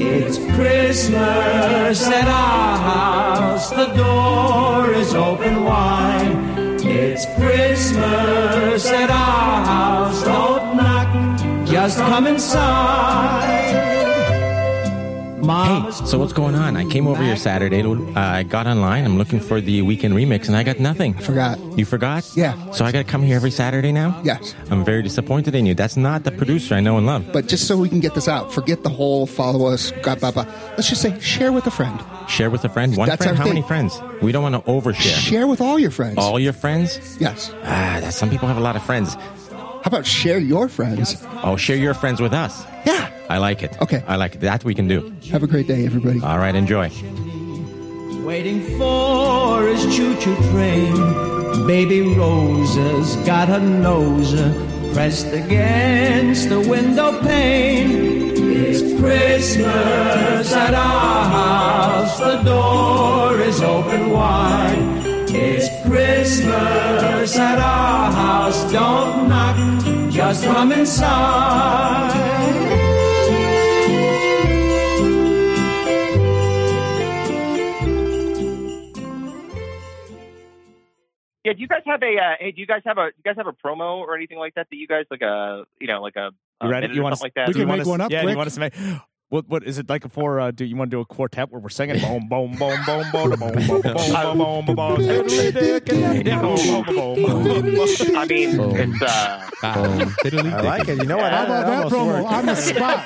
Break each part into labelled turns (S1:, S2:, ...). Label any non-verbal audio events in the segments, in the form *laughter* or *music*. S1: It's Christmas at our house. The door is open wide. It's Christmas at our house. Don't knock, just come inside.
S2: Hey, so what's going on? I came over here Saturday. to- uh, I got online. I'm looking for the weekend remix, and I got nothing.
S3: Forgot.
S2: You forgot?
S3: Yeah.
S2: So I got to come here every Saturday now?
S3: Yes.
S2: I'm very disappointed in you. That's not the producer I know and love.
S3: But just so we can get this out, forget the whole follow us, blah, blah, blah. Let's just say share with a friend.
S2: Share with a friend. One
S3: That's
S2: friend. How
S3: everything.
S2: many friends? We don't want to overshare.
S3: Share with all your friends.
S2: All your friends?
S3: Yes.
S2: Ah, that some people have a lot of friends.
S3: How about share your friends?
S2: Oh, share your friends with us.
S3: Yeah.
S2: I like it.
S3: Okay.
S2: I like it. That we can do.
S3: Have a great day, everybody.
S2: All right, enjoy.
S1: Waiting for his choo-choo train. Baby Rosa's got her nose uh, pressed against the window pane. It's Christmas at our house. The door is open wide. It's Christmas at our house. Don't knock, just come inside.
S4: Yeah, do you guys have a uh, hey? Do you guys have a do you guys have a promo or anything like that that you guys like a you know like a
S5: You
S4: a
S5: ready?
S4: minute
S5: You
S4: or
S5: want
S4: something like that?
S6: We
S5: Do you
S6: can
S5: want
S6: make
S5: us-
S6: one up
S5: Yeah, do
S6: quick?
S5: you want
S6: *laughs*
S5: us to make? What what is it like for? Uh, do you want to do a quartet where we're singing? Boom, boom, boom, boom, boom, boom, boom, boom, boom, boom, boom, boom.
S4: I mean, it's uh,
S6: Ah,
S2: I
S7: like it. You know what?
S6: How about that
S7: almost
S6: promo
S7: worked.
S6: on the spot?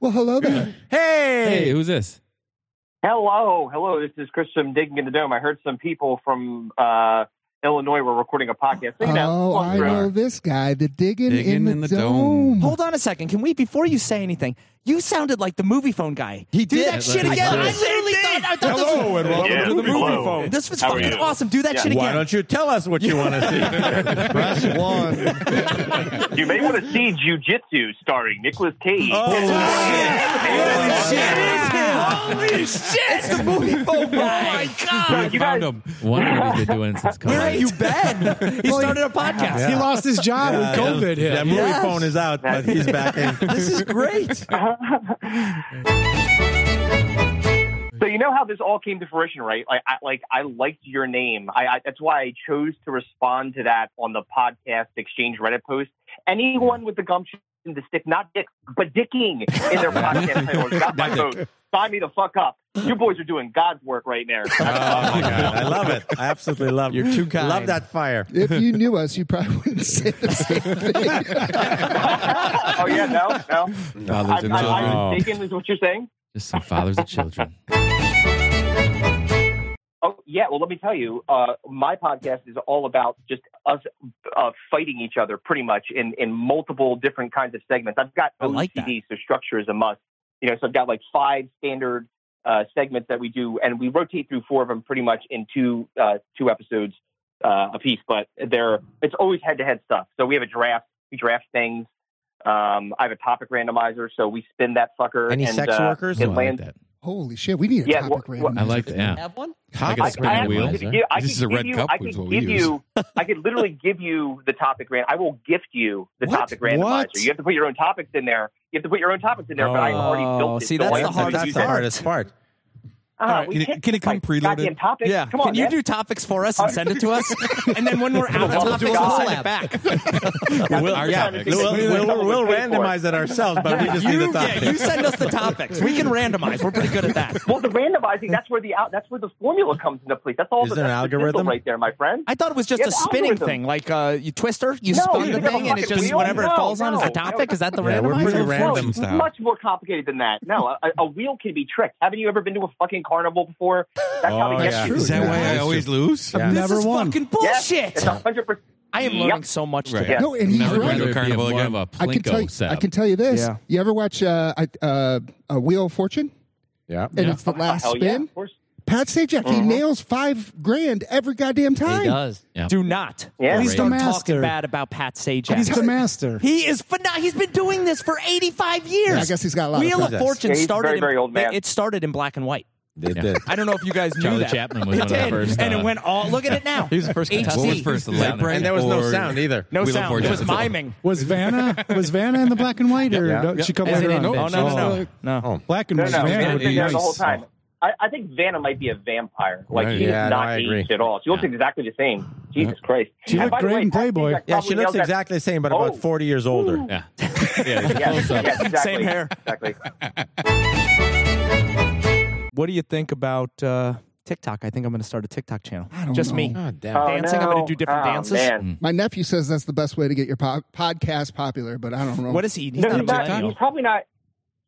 S3: Well, hello there.
S8: Hey, who's this?
S4: *laughs* hello, hello. This is Chris from Digging in the Dome. I heard some people from uh, Illinois were recording a podcast. They know.
S3: Oh, I know this guy, the digging,
S8: Digging
S3: in, the
S8: in the
S3: dome.
S8: dome.
S9: Hold on a second. Can we, before you say anything, you sounded like the movie phone guy. He Do
S8: did.
S9: that shit
S8: He
S9: again.
S8: did.
S9: I literally thought, I thought this was,
S5: Hello and welcome
S4: Yeah,
S5: to the
S4: hello.
S5: movie phone.
S9: this was
S4: How are
S9: fucking
S4: you?
S9: awesome. Do that
S4: Yeah.
S9: shit
S7: Why
S9: again.
S7: don't you tell us what you want to see? Press one.
S4: You may want to see Jujitsu starring Nicolas Cage.
S6: Oh,
S9: Holy shit! It's the movie phone guy. Oh my god!
S4: You
S8: Found
S4: guys-
S8: him. One of these doing *laughs* since
S9: Where have
S8: college.
S9: you been? He started a podcast.
S6: He lost his job with COVID. here.
S7: That movie
S9: Yes.
S7: phone is out, but he's back in.
S9: This is great.
S4: So you know how this all came to fruition, right? Like, I, like I liked your name. I, I that's why I chose to respond to that on the podcast exchange Reddit post. Anyone with the gumption to stick not dick but dicking in
S7: *laughs*
S4: their podcast title has got my vote. Sign me the fuck up. You boys are doing God's work right there.
S7: *laughs* Oh my god, I love it. I absolutely love it. You're too kind. Love that fire.
S3: If you knew us, you probably wouldn't say the same thing.
S4: *laughs* oh yeah, no, no. I,
S8: Fathers
S4: I,
S8: of
S4: I
S8: children.
S4: was mistaken, is what you're saying.
S8: *laughs* Just some fathers of children.
S4: Oh yeah, well let me tell you, uh, my podcast is all about just us uh, fighting each other, pretty much in in multiple different kinds of segments. I've got
S9: I like that.
S4: OCD, so structure is a must. You know, so I've got like five standard uh, segments that we do, and we rotate through four of them pretty much in two uh, two episodes uh, a piece. But they're it's always head to head stuff. So we have a draft, we draft things. Um, I have a topic randomizer, so we spin that fucker.
S2: Any
S4: and,
S2: sex
S4: uh,
S2: workers?
S4: It
S8: No, I like
S4: lands.
S8: that.
S3: Holy shit, we need a
S4: Yeah,
S3: topic
S4: wha- wha-
S3: randomizer.
S8: I like that. Yeah.
S9: Have one?
S8: I
S2: I-
S8: got a spin
S2: I
S8: on the
S2: actually
S8: wheels.
S4: could
S8: eh?
S4: give- I
S6: This
S4: could
S6: is a red
S4: give you-
S6: cup
S4: I
S6: is
S4: could
S6: what we
S4: give
S6: use.
S4: you- I could literally give you the topic ran. I will gift you the
S6: What?
S4: topic randomizer.
S6: What?
S4: You have to put your own topics in there. You have to put your own topics in there, but I
S9: Oh,
S4: already built it.
S9: see,
S4: so
S9: that's
S4: I
S9: the
S4: can
S9: hardest
S4: use
S2: That's
S4: it.
S2: the hardest part.
S4: Uh,
S9: All right,
S4: we
S6: can it-
S4: can't
S6: can it come
S4: like,
S6: preloaded?
S4: Goddamn topics.
S9: Yeah.
S4: Come on.
S9: Can you
S4: man.
S9: do topics for us and send it to
S4: *laughs*
S9: us? And then when we're out of
S4: Well,
S9: topics,
S4: God.
S9: we'll send it
S4: *laughs*
S9: back.
S7: We'll,
S4: our
S7: yeah,
S4: topic.
S7: we'll, we'll, we'll,
S4: We'll pay for it.
S7: randomize it ourselves, but we just need
S9: You,
S7: the topic.
S9: yeah, you send us the topics. We can randomize. We're pretty good at that.
S4: Well, the randomizing. That's where the out. That's where the formula comes into place. That's all.
S7: Is
S4: the,
S7: there an
S4: that's the sizzle
S7: algorithm?
S4: right there, my friend?
S9: I thought it was just
S4: Yeah,
S9: a
S4: the
S9: spinning
S4: algorithm.
S9: thing, like uh, you twister, you
S4: No,
S9: spin
S4: you
S9: the
S4: pick up a
S9: thing, and it
S4: fucking
S9: just
S4: wheel.
S9: whatever
S4: No,
S9: it falls on is the
S4: no, no.
S9: topic. Is that the
S7: Yeah, we're
S9: randomizer?
S7: pretty
S4: No,
S7: random
S4: it's
S7: style.
S4: much more complicated than that. No, a, a wheel can be tricked. Haven't you ever been to a fucking carnival before? That's how
S7: Oh,
S4: they
S7: yeah.
S4: get you.
S6: Is
S7: Is
S6: that
S7: that
S6: Yeah.
S7: why
S6: why
S7: I always
S6: lose.
S7: Yeah.
S6: I've
S9: This
S6: never
S9: is
S6: won.
S9: fucking
S4: Yes,
S9: bullshit.
S4: it's hundred percent.
S9: I am
S4: Yep.
S9: learning so much
S5: Right.
S9: today.
S3: no, and he's
S5: Never mind.
S3: right.
S8: Rather be a
S5: Carnival
S8: more
S5: again.
S8: of a
S3: I can tell you. I
S8: Plinko setup.
S3: can tell you this.
S9: Yeah.
S3: You ever watch uh, I- uh, a Wheel of Fortune?
S7: Yeah.
S3: And it's the last
S4: Hell yeah,
S3: spin.
S4: of course.
S3: Pat Sajak,
S5: Mm-hmm.
S3: he nails five grand every goddamn time.
S8: He does. Yeah.
S9: Do not.
S4: Yeah.
S9: Please
S6: He's
S9: don't
S6: the
S9: talk
S6: master.
S9: bad about Pat Sajak.
S6: He's the master.
S9: He is phenom- He's been doing this for 85 years.
S3: I guess he's got a lot of
S9: Wheel of,
S3: projects.
S9: Fortune
S4: Yeah, he's a
S5: *laughs*
S9: started.
S4: very, very
S9: in,
S4: old man.
S9: It started in black and white.
S2: They
S8: Yeah.
S2: did.
S7: I don't know if you guys knew
S8: Charlie
S7: that.
S8: Chapman was one
S7: It
S8: of the
S7: did,
S8: first,
S7: and
S8: uh,
S7: it went all. Look at it now.
S2: He was the first
S7: HD.
S2: contestant.
S8: What was first? The
S7: Late
S8: sound
S7: brain
S2: And there was no
S7: or-
S2: sound either.
S7: No
S8: Wheel of
S7: sound.
S8: Fortune.
S7: It was miming.
S6: Was Vanna was Vanna in the black and white, or
S2: Yeah.
S6: no, she come
S7: As
S6: later
S7: an
S6: on?
S7: infant.
S5: Oh no no no no.
S2: Oh.
S6: Black and
S4: No,
S6: white
S4: no,
S6: Vanna
S4: Vanna's
S6: would
S4: been
S6: be
S4: there
S6: nice.
S4: the whole time. I, I think Vanna might be a vampire. Like
S2: Right.
S4: she's
S2: Yeah,
S4: not
S2: no, I agree.
S4: aged at all. She looks exactly the same. Jesus Christ.
S6: Uh, She
S4: And
S6: looked
S4: by the
S6: great
S4: way,
S6: in
S4: that chick
S6: Playboy.
S4: that
S2: Yeah,
S4: probably
S2: she looks
S4: yelled at-
S2: exactly the same, but
S4: Oh.
S2: about 40 years older.
S8: Yeah. Yeah.
S4: *laughs* Yes,
S8: close up.
S4: yes, exactly.
S5: Same hair.
S4: Exactly.
S5: What do you think about uh, TikTok? I think I'm going to start a TikTok channel.
S3: I don't
S5: Just
S3: know.
S5: me.
S3: Mm.
S2: God damn.
S4: Oh,
S5: Dancing, I'm gonna
S4: no.
S5: do different
S4: Oh,
S5: dances. Mm.
S4: Man.
S3: My nephew says that's the best way to get your po- podcast popular, but I don't know.
S5: What is he? He's
S4: No,
S5: not a
S4: he's, not,
S5: millennial.
S3: *laughs*
S4: he's probably not.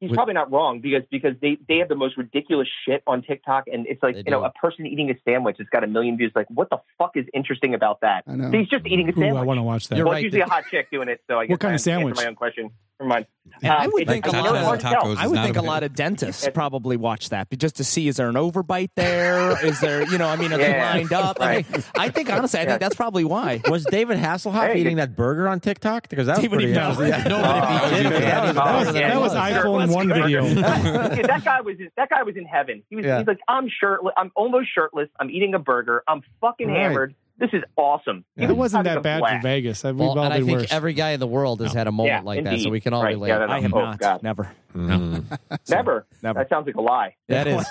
S4: He's
S8: With-
S4: probably not wrong because because they, they have the most ridiculous shit on TikTok and it's like
S2: They
S4: you know
S2: do.
S4: a person eating a sandwich that's got a million views like what the fuck is interesting about that?
S3: I know.
S4: He's just eating a
S6: Ooh, I
S4: sandwich.
S6: want to watch that.
S7: You're
S4: well,
S7: right.
S4: it's usually a hot chick doing it, so I guess
S6: kind
S4: I
S6: of sandwich?
S4: Answer my own question. Never mind. Uh,
S5: And I would
S4: it's
S5: think a
S4: like
S5: lot
S4: no
S5: of
S4: one
S7: tacos.
S4: tells.
S7: is
S5: I would
S7: not
S5: think
S7: a
S5: a
S7: bit-
S4: *laughs*
S5: lot of dentists probably watch that but just to see is there an overbite there? Is there, you know, I mean, are they
S4: Yeah,
S5: lined up? I mean, I think honestly, I think that's probably why.
S2: Was David Hasselhoff
S4: Hey.
S2: eating that burger on TikTok? Because that was
S5: He wouldn't
S2: pretty
S5: even
S2: interesting.
S5: know.
S2: No,
S4: Oh,
S2: but if he did,
S4: yeah.
S2: that was- that was-
S4: Oh,
S2: that
S4: yeah.
S6: that was
S2: was-
S6: iPhone
S5: Let's
S6: one
S5: go.
S6: video.
S4: *laughs* Yeah, that guy was that guy was in heaven. He was
S2: Yeah.
S4: he's like I'm shirtless. I'm almost shirtless. I'm eating a burger. I'm fucking
S3: Right.
S4: hammered. This is awesome. He
S6: It
S4: was
S6: wasn't
S4: having a
S6: that bad
S4: blast.
S6: for Vegas. We've
S10: Well,
S6: all
S10: and I
S6: been
S10: think
S6: worse.
S10: every guy in the world has had a moment
S4: Yeah,
S10: like that, so
S4: indeed.
S10: we can all
S4: Right,
S10: relate.
S4: yeah, that-
S5: I have
S4: Oh,
S5: not.
S4: God.
S5: Never.
S4: *laughs*
S7: Mm-hmm.
S4: Never.
S5: Never.
S4: That sounds like a lie.
S10: that
S4: *laughs*
S10: is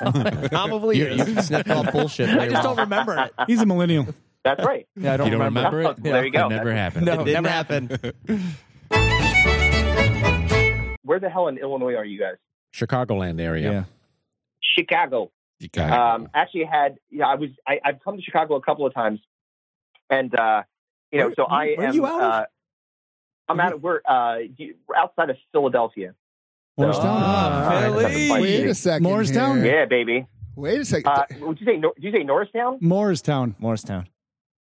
S5: Probably
S10: you, you can sniff out bullshit.
S5: I just don't remember it.
S6: *laughs* He's
S10: *laughs*
S6: a millennial.
S4: That's right.
S5: Yeah, I don't,
S8: You don't
S5: remember.
S8: remember it?
S4: Well, there you go.
S8: It never happened.
S5: No,
S10: Didn't
S5: never
S10: happen.
S4: Where the hell in Illinois are you guys?
S2: Chicagoland area.
S5: Yeah.
S4: Chicago. Um, actually had yeah, I was I, I've come to Chicago a couple of times, and uh, you know,
S5: Where-
S4: so I
S5: where are
S4: am.
S5: you out of?
S4: uh, I'm out of we're uh, you- we're outside of Philadelphia.
S6: Morristown.
S4: Ah,
S6: Huh?
S4: Philly.
S3: Wait a second.
S6: Morristown?
S3: here.
S4: Yeah, baby.
S3: Wait a second.
S4: Uh, would you say Nor- did you say Norristown?
S6: Morristown.
S5: Morristown.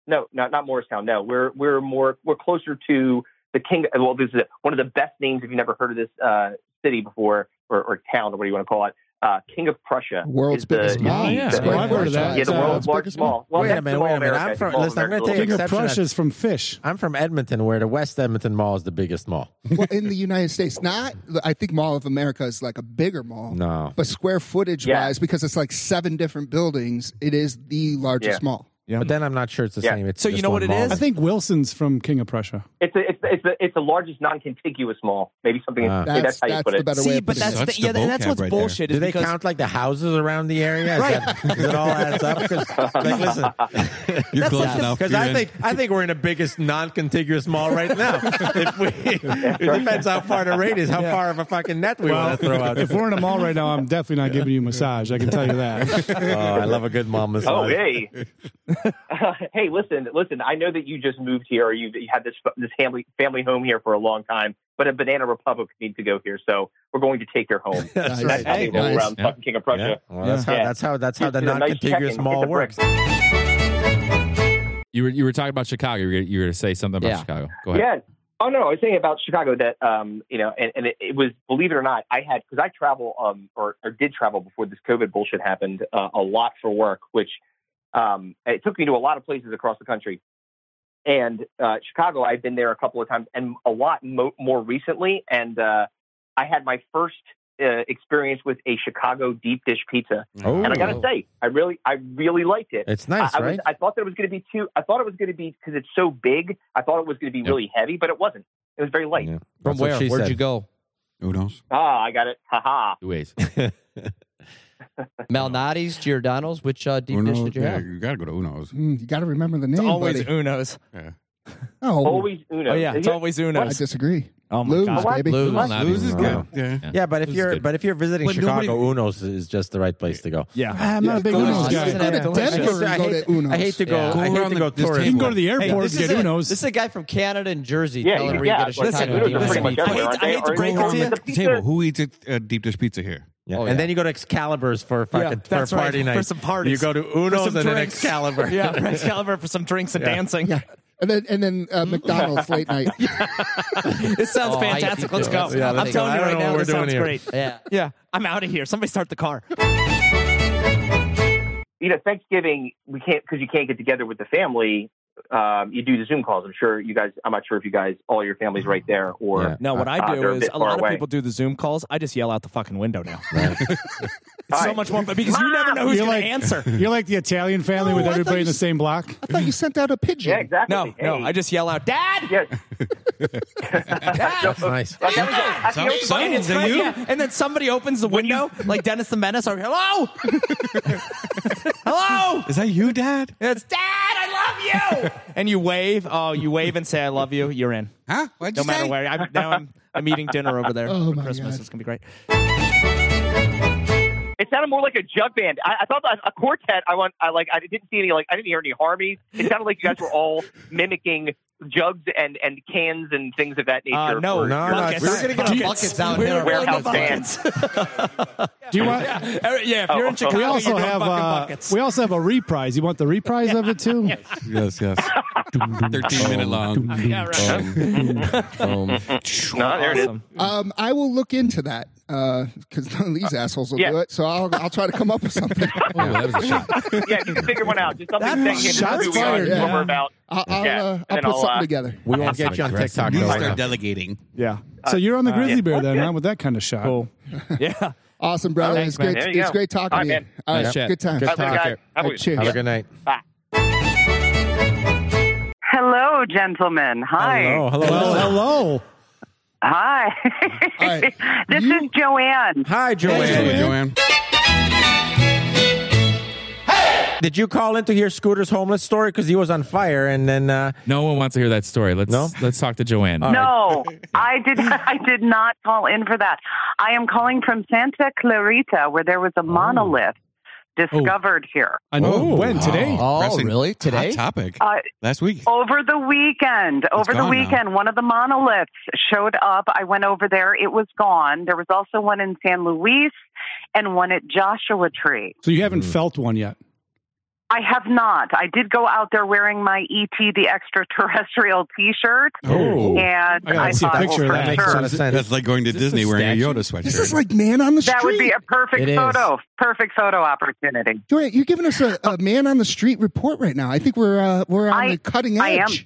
S4: No, not not Morristown. No, we're we're more we're closer to the king. Well, this is one of the best names if you've never heard of this uh, city before or, or town or what do you want to call it. Uh, king of Prussia.
S3: World's
S4: is the-
S3: biggest
S4: is
S3: mall.
S4: the-
S8: Yeah.
S4: the-
S3: Well,
S6: I've heard of that.
S4: Yeah, the
S6: It's, uh,
S4: world's
S3: it's
S4: largest
S3: biggest mall.
S4: mall. Well,
S2: Wait a
S4: next to
S2: minute,
S4: Mall
S2: wait a minute.
S4: America,
S2: I'm from-
S4: Mall
S2: listen, I'm
S4: America,
S2: gonna
S4: little
S6: King
S2: take
S4: bit.
S6: of
S2: exception at-
S6: Prussia's from Fish.
S2: I'm from Edmonton, where the West Edmonton Mall is the biggest mall.
S3: well, in the United States, not I think Mall of America is like a bigger mall.
S2: No.
S3: But square footage
S4: Yeah.
S3: wise, because it's like seven different buildings, it is the largest
S4: Yeah.
S3: mall.
S2: But then I'm not sure it's the
S4: Yeah.
S2: same. It's
S5: So you
S2: just
S5: know what
S2: one
S5: it
S2: mall.
S5: is?
S6: I think Wilson's from King of Prussia.
S4: It's a, it's the- it's the, it's the largest non-contiguous mall. Maybe something.
S2: Ah.
S4: yeah,
S3: That's
S4: that's how you
S3: that's
S4: put
S3: the
S4: it.
S3: better way.
S5: See,
S3: of
S5: but
S3: putting
S5: that's
S3: it.
S5: the,
S7: That's
S5: yeah,
S7: the
S5: that's what's
S7: vocab right there.
S5: bullshit.
S2: Do
S5: is
S2: they
S5: because
S2: count like the houses around the area? Is
S5: Right.
S2: that- Does it all adds up? Because
S5: *laughs*
S2: like, listen,
S7: You're
S5: That's
S7: close
S5: like the-
S7: enough.
S2: because
S7: You're
S2: I
S7: in.
S2: think I think we're in the biggest non-contiguous mall right now. if we, it depends how far the radius, how far of a fucking net we want to throw out.
S6: If we're in a mall
S2: *laughs*
S6: right now, I'm definitely not giving you a massage. I can tell you that.
S2: oh, I love a good mall
S4: Oh,
S2: massage.
S4: hey,
S2: *laughs*
S4: hey, *laughs* listen, listen. I know that you just moved here, or you, you had this this family family home here for a long time. But a Banana Republic needs to go here, so we're going to take your home.
S2: *laughs* That's
S4: That's how they
S3: Hey,
S4: roll
S3: nice.
S4: around
S8: Yeah.
S4: fucking King of Prussia.
S2: Yeah. Well, that's how
S4: Yeah.
S2: that's how that's how
S4: It's
S2: the
S4: a nice
S2: non-contiguous
S4: check-in.
S2: mall
S4: It's a brick.
S2: works.
S8: You were you were talking about Chicago. You were, you were going to say something about
S10: Yeah.
S8: Chicago. Go ahead.
S4: Yeah. Oh no, I was saying about Chicago that um, you know, and, and it, it was believe it or not, I had because I travel um or, or did travel before this COVID bullshit happened uh, a lot for work, which um it took me to a lot of places across the country. And uh, Chicago, I've been there a couple of times, and a lot mo- more recently. And uh, I had my first uh, experience with a Chicago deep dish pizza,
S2: Oh,
S4: and I gotta say, I really, I really liked it.
S2: it's nice,
S4: I, I,
S2: right?
S4: was, I thought that it was going to be too. I thought it was going to be because it's so big. I thought it was going to be really heavy, but it wasn't. It was very light.
S2: Yeah.
S10: From
S2: That's what
S10: where?
S2: she
S10: Where'd
S2: said.
S10: you go?
S7: Who knows?
S4: Ah, I got it. Ha ha.
S5: *laughs*
S8: Two ways.
S10: Malnati's, Giordano's. Which uh, deep dish
S7: Uno's?
S10: did you
S7: Yeah,
S10: have?
S7: you gotta go to Uno's.
S3: Mm, you got to remember the name.
S5: it's always
S3: buddy.
S5: Uno's.
S3: oh,
S4: Always Uno.
S5: Oh yeah, it's
S4: Yeah.
S5: always
S3: I
S5: Uno's.
S3: disagree.
S5: Oh my
S3: Lose,
S5: god.
S4: What?
S3: baby.
S10: Lou.
S8: Lose
S7: Uno's is
S2: Uno's.
S7: good. Yeah.
S2: Yeah, but if
S8: It was
S2: you're
S8: good.
S2: but if you're visiting
S7: But
S2: Chicago,
S7: nobody-
S2: Uno's is just the right place to go.
S3: Ah,
S5: Yeah.
S6: Ah, I'm not a big
S7: Go
S6: Uno's
S7: to-
S6: guy.
S10: Isn't
S3: Go to
S10: that delicious?
S3: Denver
S2: I
S3: and go
S2: hate-
S3: to Uno's.
S2: I hate to go.
S8: Yeah.
S2: I
S7: Go
S2: hate
S7: around
S2: to
S7: the-
S2: go
S7: this
S2: tourist.
S6: You can go to the
S10: Hey,
S6: airport
S10: this,
S6: and get
S10: is a,
S6: Uno's.
S10: this is a guy from Canada and Jersey
S4: Yeah,
S10: telling
S4: yeah,
S10: her you get a
S4: yeah, but-
S10: Chicago
S4: Listen,
S10: deep dish
S4: pretty much
S10: pizza.
S4: everywhere,
S10: I hate-
S4: aren't they?
S10: I hate to
S4: Or
S10: break it
S4: go around
S10: to
S4: with
S10: you.
S4: the-
S7: the table. Who eats a, a deep dish pizza here?
S2: Yeah.
S10: Oh,
S2: and
S10: yeah.
S2: then you go to Excalibur's for fucking for
S5: that's
S2: a party
S5: right,
S2: night.
S5: for some parties.
S2: You go to
S5: For
S2: Uno's
S5: some
S2: and then
S5: drinks.
S2: Excalibur.
S5: Yeah, for *laughs*
S2: *laughs*
S5: Excalibur for some drinks and dancing.
S3: and then and then uh, McDonald's
S5: *laughs*
S3: late night.
S5: It sounds
S10: Oh, I hate
S5: fantastic.
S10: pizza.
S5: Let's go.
S10: Yeah,
S5: I'm
S10: let's
S5: telling
S2: go.
S5: you
S2: I
S5: right
S2: don't know
S5: now,
S2: what
S5: this
S2: we're doing
S5: sounds
S2: here.
S5: great.
S10: Yeah.
S5: Yeah, I'm out of here. Somebody start the car.
S4: You know, Thanksgiving we can't because you can't get together with the family. um, you do the Zoom calls. I'm sure you guys. I'm not sure if you guys all your families right there or
S2: Yeah.
S5: No, what
S4: uh,
S5: I do
S4: they're a
S5: is
S4: bit
S5: a
S4: far
S5: lot of
S4: away.
S5: people do the Zoom calls. I just yell out the fucking window now. it's so much more fun because you never know who's
S6: You're
S5: going
S6: like-
S5: to answer.
S6: *laughs* You're like the Italian family with
S3: I thought
S6: everybody in
S3: you
S6: the same block.
S3: I thought you sent out a pigeon.
S4: Yeah, exactly.
S5: No,
S4: Hey.
S5: no, I just yell out, Dad!
S4: yes.
S2: That's nice.
S4: Like, that was- I think it was-
S5: And, it's great, yeah. and then somebody opens the window, like Dennis the Menace, or hello, *laughs* hello,
S7: Is that you, Dad?
S5: And it's Dad, I love you, and you wave. Oh, you wave and say I love you. You're in,
S7: Huh? What'd
S5: no
S7: you
S5: matter
S7: say?
S5: where. I'm, now I'm, I'm eating dinner over there
S3: Oh,
S5: for
S3: my
S5: Christmas.
S3: God.
S5: It's gonna be great.
S4: It sounded more like a jug band. I, I thought that a quartet. I want. I like. I didn't see any. Like I didn't hear any harmonies. It sounded like you guys were all mimicking jugs and and cans and things of that nature.
S5: Uh, no,
S2: No, no,
S5: buckets.
S2: we were gonna
S10: get buckets out
S5: We
S10: there.
S5: were going to
S4: Warehouse
S1: *laughs*
S5: buckets.
S6: Do you want?
S5: yeah, if you're in
S4: Oh.
S5: Chicago,
S6: We
S5: you're
S6: also
S5: doing
S6: have
S5: fucking
S6: uh,
S5: buckets.
S6: we also have a reprise. You want the reprise of
S5: *laughs*
S6: it too?
S7: Yes, yes.
S8: 13 minute long.
S5: yeah, right.
S4: no, Oh, there it is.
S5: Awesome.
S3: Um, I will look into that because none of these assholes will
S4: Uh, Yeah.
S3: do it. So I'll, I'll try to come up with something.
S4: Yeah, just figure one out. Just something
S5: That's
S4: that you
S5: shots
S4: can
S3: fired, yeah.
S4: remember about.
S3: I'll, I'll,
S4: Yeah,
S3: uh, I'll
S4: and
S3: put
S4: I'll,
S3: something
S4: uh,
S3: together.
S2: We won't get you on
S8: aggressive.
S2: TikTok.
S8: You
S2: though.
S8: start
S7: delegating.
S5: Yeah.
S6: So you're on the Grizzly
S4: yeah.
S6: Bear then,
S4: Okay.
S6: huh? With that kind of shot.
S5: Cool. Yeah.
S3: Awesome, brother.
S4: Thanks,
S3: it's great.
S4: man. There you
S3: It's
S4: go.
S3: great talking
S4: All
S3: to you.
S4: right, man.
S3: All right,
S8: Nice chat.
S3: good time.
S8: Good
S4: All right, later,
S8: talk.
S4: guys. Have a
S3: All
S4: good-
S3: right, cheers.
S2: Have a good night.
S4: Bye.
S11: Hello, gentlemen. Hi.
S2: Hello, hello,
S6: Well,
S2: hello.
S6: hello.
S11: Hi.
S3: All right.
S11: *laughs* this
S3: You-
S11: is Joanne.
S2: Hi, Joanne.
S6: Joanne.
S7: Joanne.
S2: Did you call in to hear Scooter's homeless story? Because he was on fire, and then uh,
S8: No one wants to hear that story. Let's
S2: No?
S8: let's talk to Joanne.
S11: No,
S6: *laughs*
S11: I did. I did not call in for that. I am calling from Santa Clarita, where there was a monolith discovered here
S6: Oh. I know.
S7: Oh.
S6: when today?
S10: Oh,
S7: Pressing
S10: really? Today?
S7: Hot topic.
S11: Uh, *laughs*
S7: Last week.
S11: over the weekend. Over the
S7: gone now.
S11: weekend, one of the monoliths showed up. I went over there. It was gone. There was also one in San Luis, and one at Joshua Tree.
S6: So you
S7: Hmm.
S6: haven't felt one yet.
S11: I have not. I did go out there wearing my ET the extraterrestrial T-shirt,
S7: Oh.
S11: and
S6: I gotta
S11: I,
S6: see a
S11: thought, well,
S6: picture of
S11: for
S6: that.
S2: makes
S11: sure,
S2: a lot of sense.
S7: That's like going to Disney wearing a Yoda sweatshirt.
S3: This is like man on the street.
S11: that would be a perfect
S10: It is.
S11: photo. Perfect photo opportunity.
S3: Joanne, you're giving us a, a man on the street report right now. I think we're uh, we're on
S11: I-
S3: the cutting edge.
S11: I am.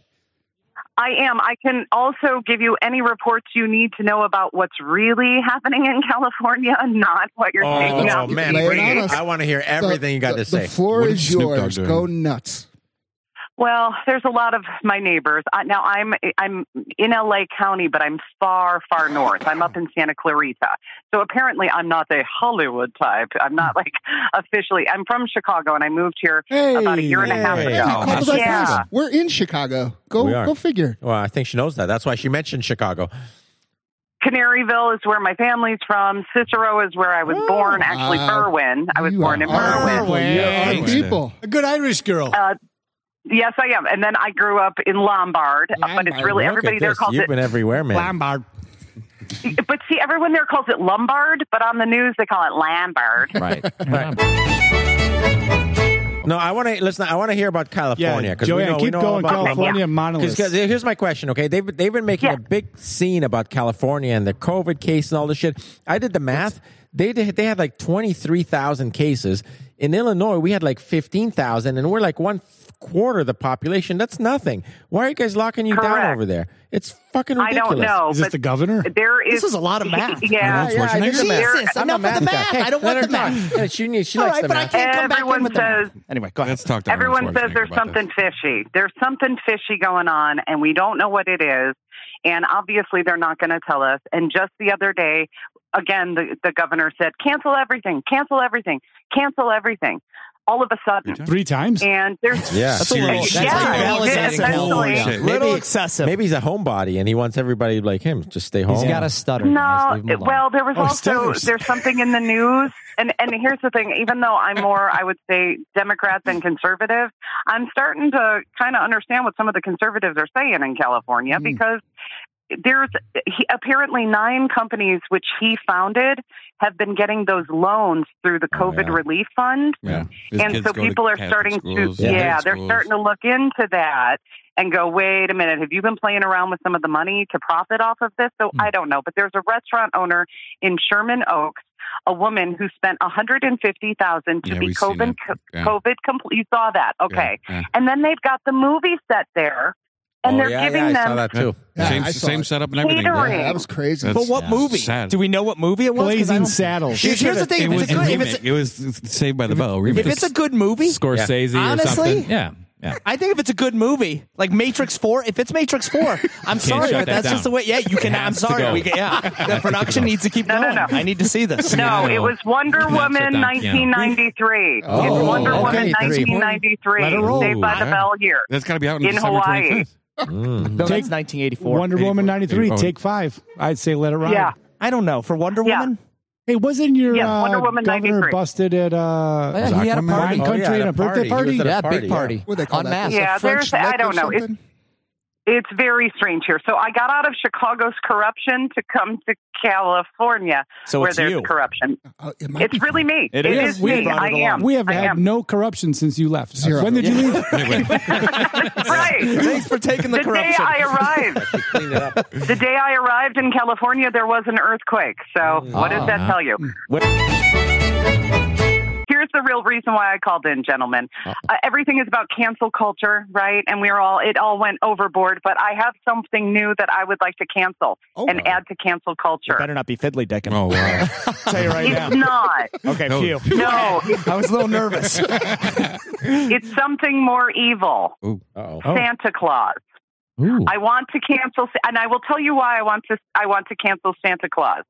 S11: I am. I can also give you any reports you need to know about what's really happening in California, not what you're seeing
S2: oh
S11: out
S2: man,
S3: Lay it
S2: bring
S3: on
S2: it.
S3: us.
S2: I want to hear
S3: The-
S2: everything you got
S3: the,
S2: to say.
S3: The floor
S7: What is
S3: is
S7: Snoop Dogg
S3: yours.
S7: doing?
S3: Go nuts.
S11: Well, there's a lot of my neighbors. Uh, now I'm I'm in LA County, but I'm far far north. I'm up in Santa Clarita. So apparently I'm not the Hollywood type. I'm not like *laughs* officially. I'm from Chicago and I moved here about a year and a half
S2: Hey.
S11: ago.
S3: Hey, Cobblers,
S11: Yeah.
S3: We're in Chicago. Go
S2: We are.
S3: go figure.
S2: Well, I think she knows that. That's why she mentioned Chicago.
S11: Canaryville is where my family's from. Cicero is where I was born. Actually,
S2: Uh,
S3: wow.
S11: Berwyn. I was
S3: You
S11: born
S3: are
S11: in
S3: our
S11: Berwyn. Uh,
S3: people. You're our
S7: Berwyn.
S3: people.
S6: A good Irish girl.
S11: Yes, I am. And then I grew up in Lombard, uh, but it's
S3: Lombard.
S11: really
S2: Look
S11: everybody
S2: at
S11: there
S2: this.
S11: calls
S2: You've
S11: it
S2: been everywhere, man.
S6: Lombard.
S11: *laughs* But see, everyone there calls it Lombard, but on the news they call it Lambard.
S5: Right.
S2: No, I want to listen. I want to hear about California
S6: Yeah,
S2: because we know
S6: Joanne,
S2: we
S6: keep
S2: know all
S6: going.
S2: about
S6: California
S2: Because
S6: monoliths.
S2: here's my question. Okay, they've they've been making
S11: Yeah.
S2: a big scene about California and the COVID case and all this shit. I did the math. They did, they had like twenty three thousand cases in Illinois. We had like fifteen thousand, and we're like one quarter of the population. That's nothing. Why are you guys locking you down
S11: Correct.
S2: over there? It's fucking
S11: I
S2: ridiculous.
S11: don't know.
S6: Is this
S11: but
S6: the governor?
S11: *laughs* there is
S10: This is a lot of math.
S11: *laughs* Yeah.
S2: Yeah, I did the math.
S11: Jesus,
S2: I'm a
S10: enough of the
S2: guy.
S10: math.
S2: Hey,
S10: I don't want
S2: let
S10: the
S2: her talk.
S10: math.
S2: Yeah, she needs- she
S10: All
S2: likes
S10: right,
S2: the
S10: but I
S2: math.
S10: can't come back in
S11: Everyone
S10: with the math.
S11: says
S5: Anyway, go ahead.
S7: Let's talk to Arnold
S11: everyone says
S7: Schwarzenegger
S11: there's
S7: about
S11: something
S7: this.
S11: fishy. There's something fishy going on, and we don't know what it is. And obviously, they're not going to tell us. And just the other day, again, the, the governor said, "Cancel everything. Cancel everything. Cancel everything." All of a sudden,
S6: Three times.
S11: and there's
S2: Yeah.
S10: That's a little, that's
S11: Yeah,
S10: invalidating
S11: essentially.
S10: California.
S7: Bullshit.
S5: Little
S2: Maybe-
S5: excessive.
S2: Maybe he's a homebody and he wants everybody like him. Just stay home.
S10: He's got a stutter. guys.
S11: No,
S10: Leave him alone.
S11: well, there was
S6: Oh,
S11: also
S6: stutters.
S11: there's something in the news, and and here's the thing. Even though I'm more, I would say, Democrat than conservative, I'm starting to kind of understand what some of the conservatives are saying in California because there's he, apparently nine companies which he founded have been getting those loans through the COVID relief fund.
S9: Oh, Yeah. His
S11: And
S9: kids
S11: so
S9: go to
S11: people are
S9: Catholic
S11: starting
S9: schools,
S11: to, yeah,
S9: Catholic
S11: they're
S9: schools.
S11: starting to look into that and go, wait a minute, have you been playing around with some of the money to profit off of this?
S9: Hmm.
S11: So I don't know, but there's a restaurant owner in Sherman Oaks, a woman who spent 150,000 to
S9: Yeah,
S11: be
S9: we've seen
S11: COVID,
S9: it. Yeah.
S11: COVID complete. You saw that, okay?
S9: yeah.
S11: And then they've got the movie set there,
S7: Oh,
S11: and they're giving them
S8: same
S3: I saw
S8: same
S3: it.
S8: setup and everything.
S11: Catering.
S3: Yeah, that was crazy.
S8: That's-
S3: But what movie?
S8: Sad.
S7: Do we know what movie it was? 'Cause I
S6: Blazing
S7: don't-
S6: Saddles.
S7: Here's the thing:
S8: It
S7: if
S8: was,
S7: it's a good, if it's a,
S8: remake. it was Saved by the Bell. remake.
S7: if it's a good movie,
S8: Scorsese
S7: Yeah.
S8: or
S7: Honestly?
S8: something. Yeah, yeah.
S7: I think if it's a good movie, like Matrix Four, if it's
S8: *laughs*
S7: Matrix Four, I'm sorry,
S8: shut that
S7: but that's
S8: down.
S7: just the way. Yeah, you
S8: It
S7: can. I'm
S8: has to
S7: sorry.
S8: go.
S7: We can,
S8: *laughs*
S7: yeah, the production needs to keep
S11: No, no,
S7: going.
S11: no.
S7: I need to see this.
S11: *laughs* No, it was Wonder
S8: That's what
S11: Woman
S8: that-
S11: 1993.
S3: Oh,
S11: it's Wonder
S3: okay,
S11: Woman
S3: three.
S11: 1993.
S7: Let it roll.
S11: Saved by the
S8: Yeah.
S11: Bell here.
S8: That's got to be out on
S11: In
S8: December
S11: Hawaii.
S8: 25th.
S7: No,
S6: Take
S7: that's 1984.
S6: Wonder Woman 93,
S8: Oh.
S6: take five. I'd say let it ride.
S11: Yeah.
S7: I don't know for Wonder
S11: Yeah.
S7: Woman.
S6: Hey, wasn't your
S11: Yes,
S6: uh,
S11: Wonder Woman
S6: governor
S11: 93.
S6: busted at uh,
S7: Yeah, he had a party.
S6: wine
S2: Oh,
S6: country
S2: yeah,
S6: and
S2: at
S6: a
S2: a
S6: birthday
S2: party. He
S6: party?
S2: was at a
S7: Yeah,
S2: party,
S7: big
S2: yeah.
S7: party.
S3: What do they call
S7: en
S3: that?
S7: masse.
S11: Yeah,
S3: A French
S11: there's- I
S3: lick or
S11: don't know. It's-
S3: something?
S11: It's very strange here. So I got out of Chicago's corruption to come to California,
S7: So
S11: where
S7: it's
S11: there's
S7: you.
S11: corruption.
S3: Uh, it might
S11: It's
S3: be
S11: really
S3: fun.
S11: me.
S5: It
S11: it
S5: is.
S11: is,
S5: We
S11: me.
S5: brought it
S11: I
S5: along.
S11: am.
S6: We have
S11: I
S6: had
S11: am.
S6: no corruption since you left.
S3: Zero.
S6: When did you
S8: *laughs*
S6: leave?
S11: *laughs* right.
S7: Thanks for taking the,
S11: The day
S7: corruption.
S11: I
S2: *laughs*
S11: arrived,
S2: Clean it up.
S11: the day I arrived in California, there was an earthquake. So what does
S7: Ah.
S11: that tell you? Here's the real reason why I called in, gentlemen. Uh, everything is about cancel culture, right? And we're all it all went overboard. But I have something new that I would like to cancel
S7: Oh
S11: and add to cancel culture.
S7: Better not be fiddly decking. *laughs*
S8: Oh wow!
S7: tell you right now.
S11: It's not.
S7: Okay, phew.
S11: No,
S7: I was a little nervous.
S11: *laughs*
S7: *laughs*
S11: it's something more evil.
S2: Uh-oh.
S7: Oh.
S11: Santa Claus.
S8: Ooh.
S11: I want to cancel, and I will tell you why I want to. I want to cancel Santa Claus.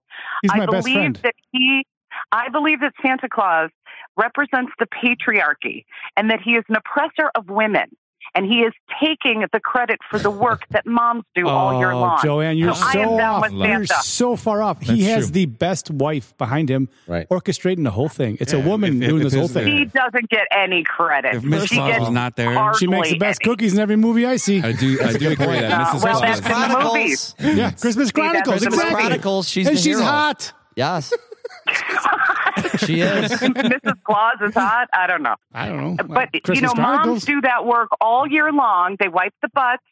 S6: He's my
S11: I
S6: best
S11: believe
S6: friend.
S11: that he. I believe that Santa Claus represents the patriarchy, and that he is an oppressor of women, and he is taking the credit for the work that moms do all
S7: Oh,
S11: year long.
S6: Oh, Joanne, you're
S11: So I
S6: so
S11: am down
S6: off.
S11: with
S6: You're
S11: Santa.
S6: so far off. he
S8: That's
S6: has
S8: true.
S6: the best wife behind him,
S2: Right.
S6: orchestrating the whole thing. It's
S8: Yeah,
S6: a woman
S8: if- if-
S6: doing
S8: if
S6: this whole
S8: his-
S6: thing.
S11: he doesn't get any credit.
S8: If Miss
S11: She
S8: Claus
S11: gets
S8: was not there,
S6: She makes the
S11: hardly
S6: best
S11: any-
S6: cookies in every movie I see.
S8: I do. I do agree that
S11: Uh,
S8: Mrs.
S11: well,
S8: Claus.
S11: that's in the movies.
S6: yeah, Christmas Chronicles.
S11: that's-
S6: exactly.
S11: Christmas
S10: Chronicles, she's
S6: and
S10: the
S6: she's
S10: hero.
S6: hot.
S11: *laughs*
S10: Yes. she is.
S11: Mrs. Claus is hot. I don't know.
S6: I don't know.
S11: but
S6: Christmas
S11: you know,
S6: Chronicles.
S11: moms do that work all year long. They wipe the butts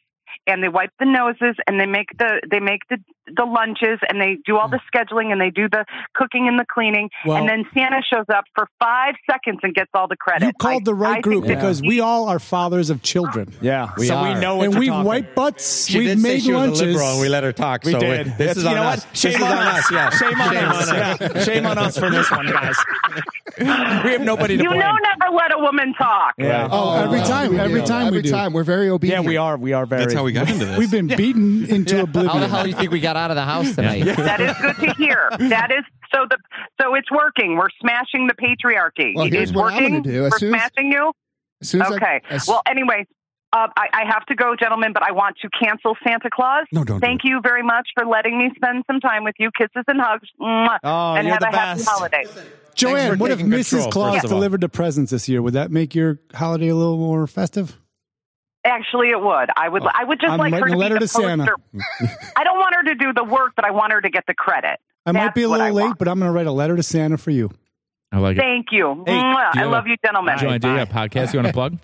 S11: and they wipe the noses and they make the they make the the lunches and they do all the scheduling and they do the cooking and the cleaning
S6: Hmm. Well-
S11: and then Santa shows up for five seconds and gets all the credit.
S6: You called
S11: I-
S6: the right
S11: I
S6: group
S11: think that-
S6: because we all are fathers of children.
S7: Yeah,
S6: We
S7: so we
S6: are.
S7: know what
S6: and
S7: you're
S6: we
S7: talking.
S6: wipe butts.
S2: She
S6: we've
S2: did
S6: made
S2: say she
S6: lunches.
S2: was a liberal, and we let her talk.
S7: We
S2: so
S7: did.
S2: This is
S7: you
S2: on
S7: know
S2: us.
S7: What? Shame
S2: this
S7: on
S2: is on us. Yeah.
S7: Shame on us. Yeah. *laughs* Shame on us for this
S11: *laughs*
S7: one, guys. We have nobody to
S11: you
S7: blame.
S11: know never let a woman talk.
S7: yeah.
S6: Oh, every
S3: uh,
S6: time,
S3: we
S6: every
S3: do.
S6: time we
S3: every
S6: do.
S3: time. We're very
S7: yeah,
S3: obedient.
S7: we are. We are very.
S8: That's how we got into this.
S6: We've been beaten into
S10: How the
S6: oblivion.
S10: hell do you think we got out of the house tonight?
S11: That is good to hear. That is so the so it's working. We're smashing the patriarchy.
S3: Well,
S11: It
S3: here's
S11: is
S3: what I'm
S11: working.
S3: gonna do. As
S11: We're
S3: soon as-
S11: smashing you.
S3: As soon as I-
S11: Okay.
S3: as-
S11: well, anyway, uh, I, I have to go, gentlemen, but I want to cancel Santa Claus.
S8: No, don't do
S11: Thank you very much for letting me spend some time with you. Kisses and hugs. Mwah.
S7: Oh,
S11: and
S7: you're
S11: have
S7: the
S11: a happy
S7: best.
S11: holiday.
S6: Joanne, what if
S2: taking
S6: Mrs.
S2: control,
S6: Claus
S2: first of all.
S6: delivered the presents this year? Would that make your holiday a little more festive?
S11: Actually, it would. I would.
S3: Oh,
S11: I would just
S6: I'm
S11: like her
S6: writing
S11: to
S6: a letter
S11: be the
S6: to Santa.
S11: poster. I don't want her to do the work, but I want her to get the credit.
S6: I might
S11: That's
S6: be a
S11: what I
S6: little late,
S11: want.
S6: but I'm going to write a letter to Santa for you.
S8: I like it.
S11: Thank you. Mwah.
S8: Hey, do you
S11: I
S8: have
S11: love
S8: a-
S11: you, gentlemen.
S8: Joanne, do you have a podcast you want to plug?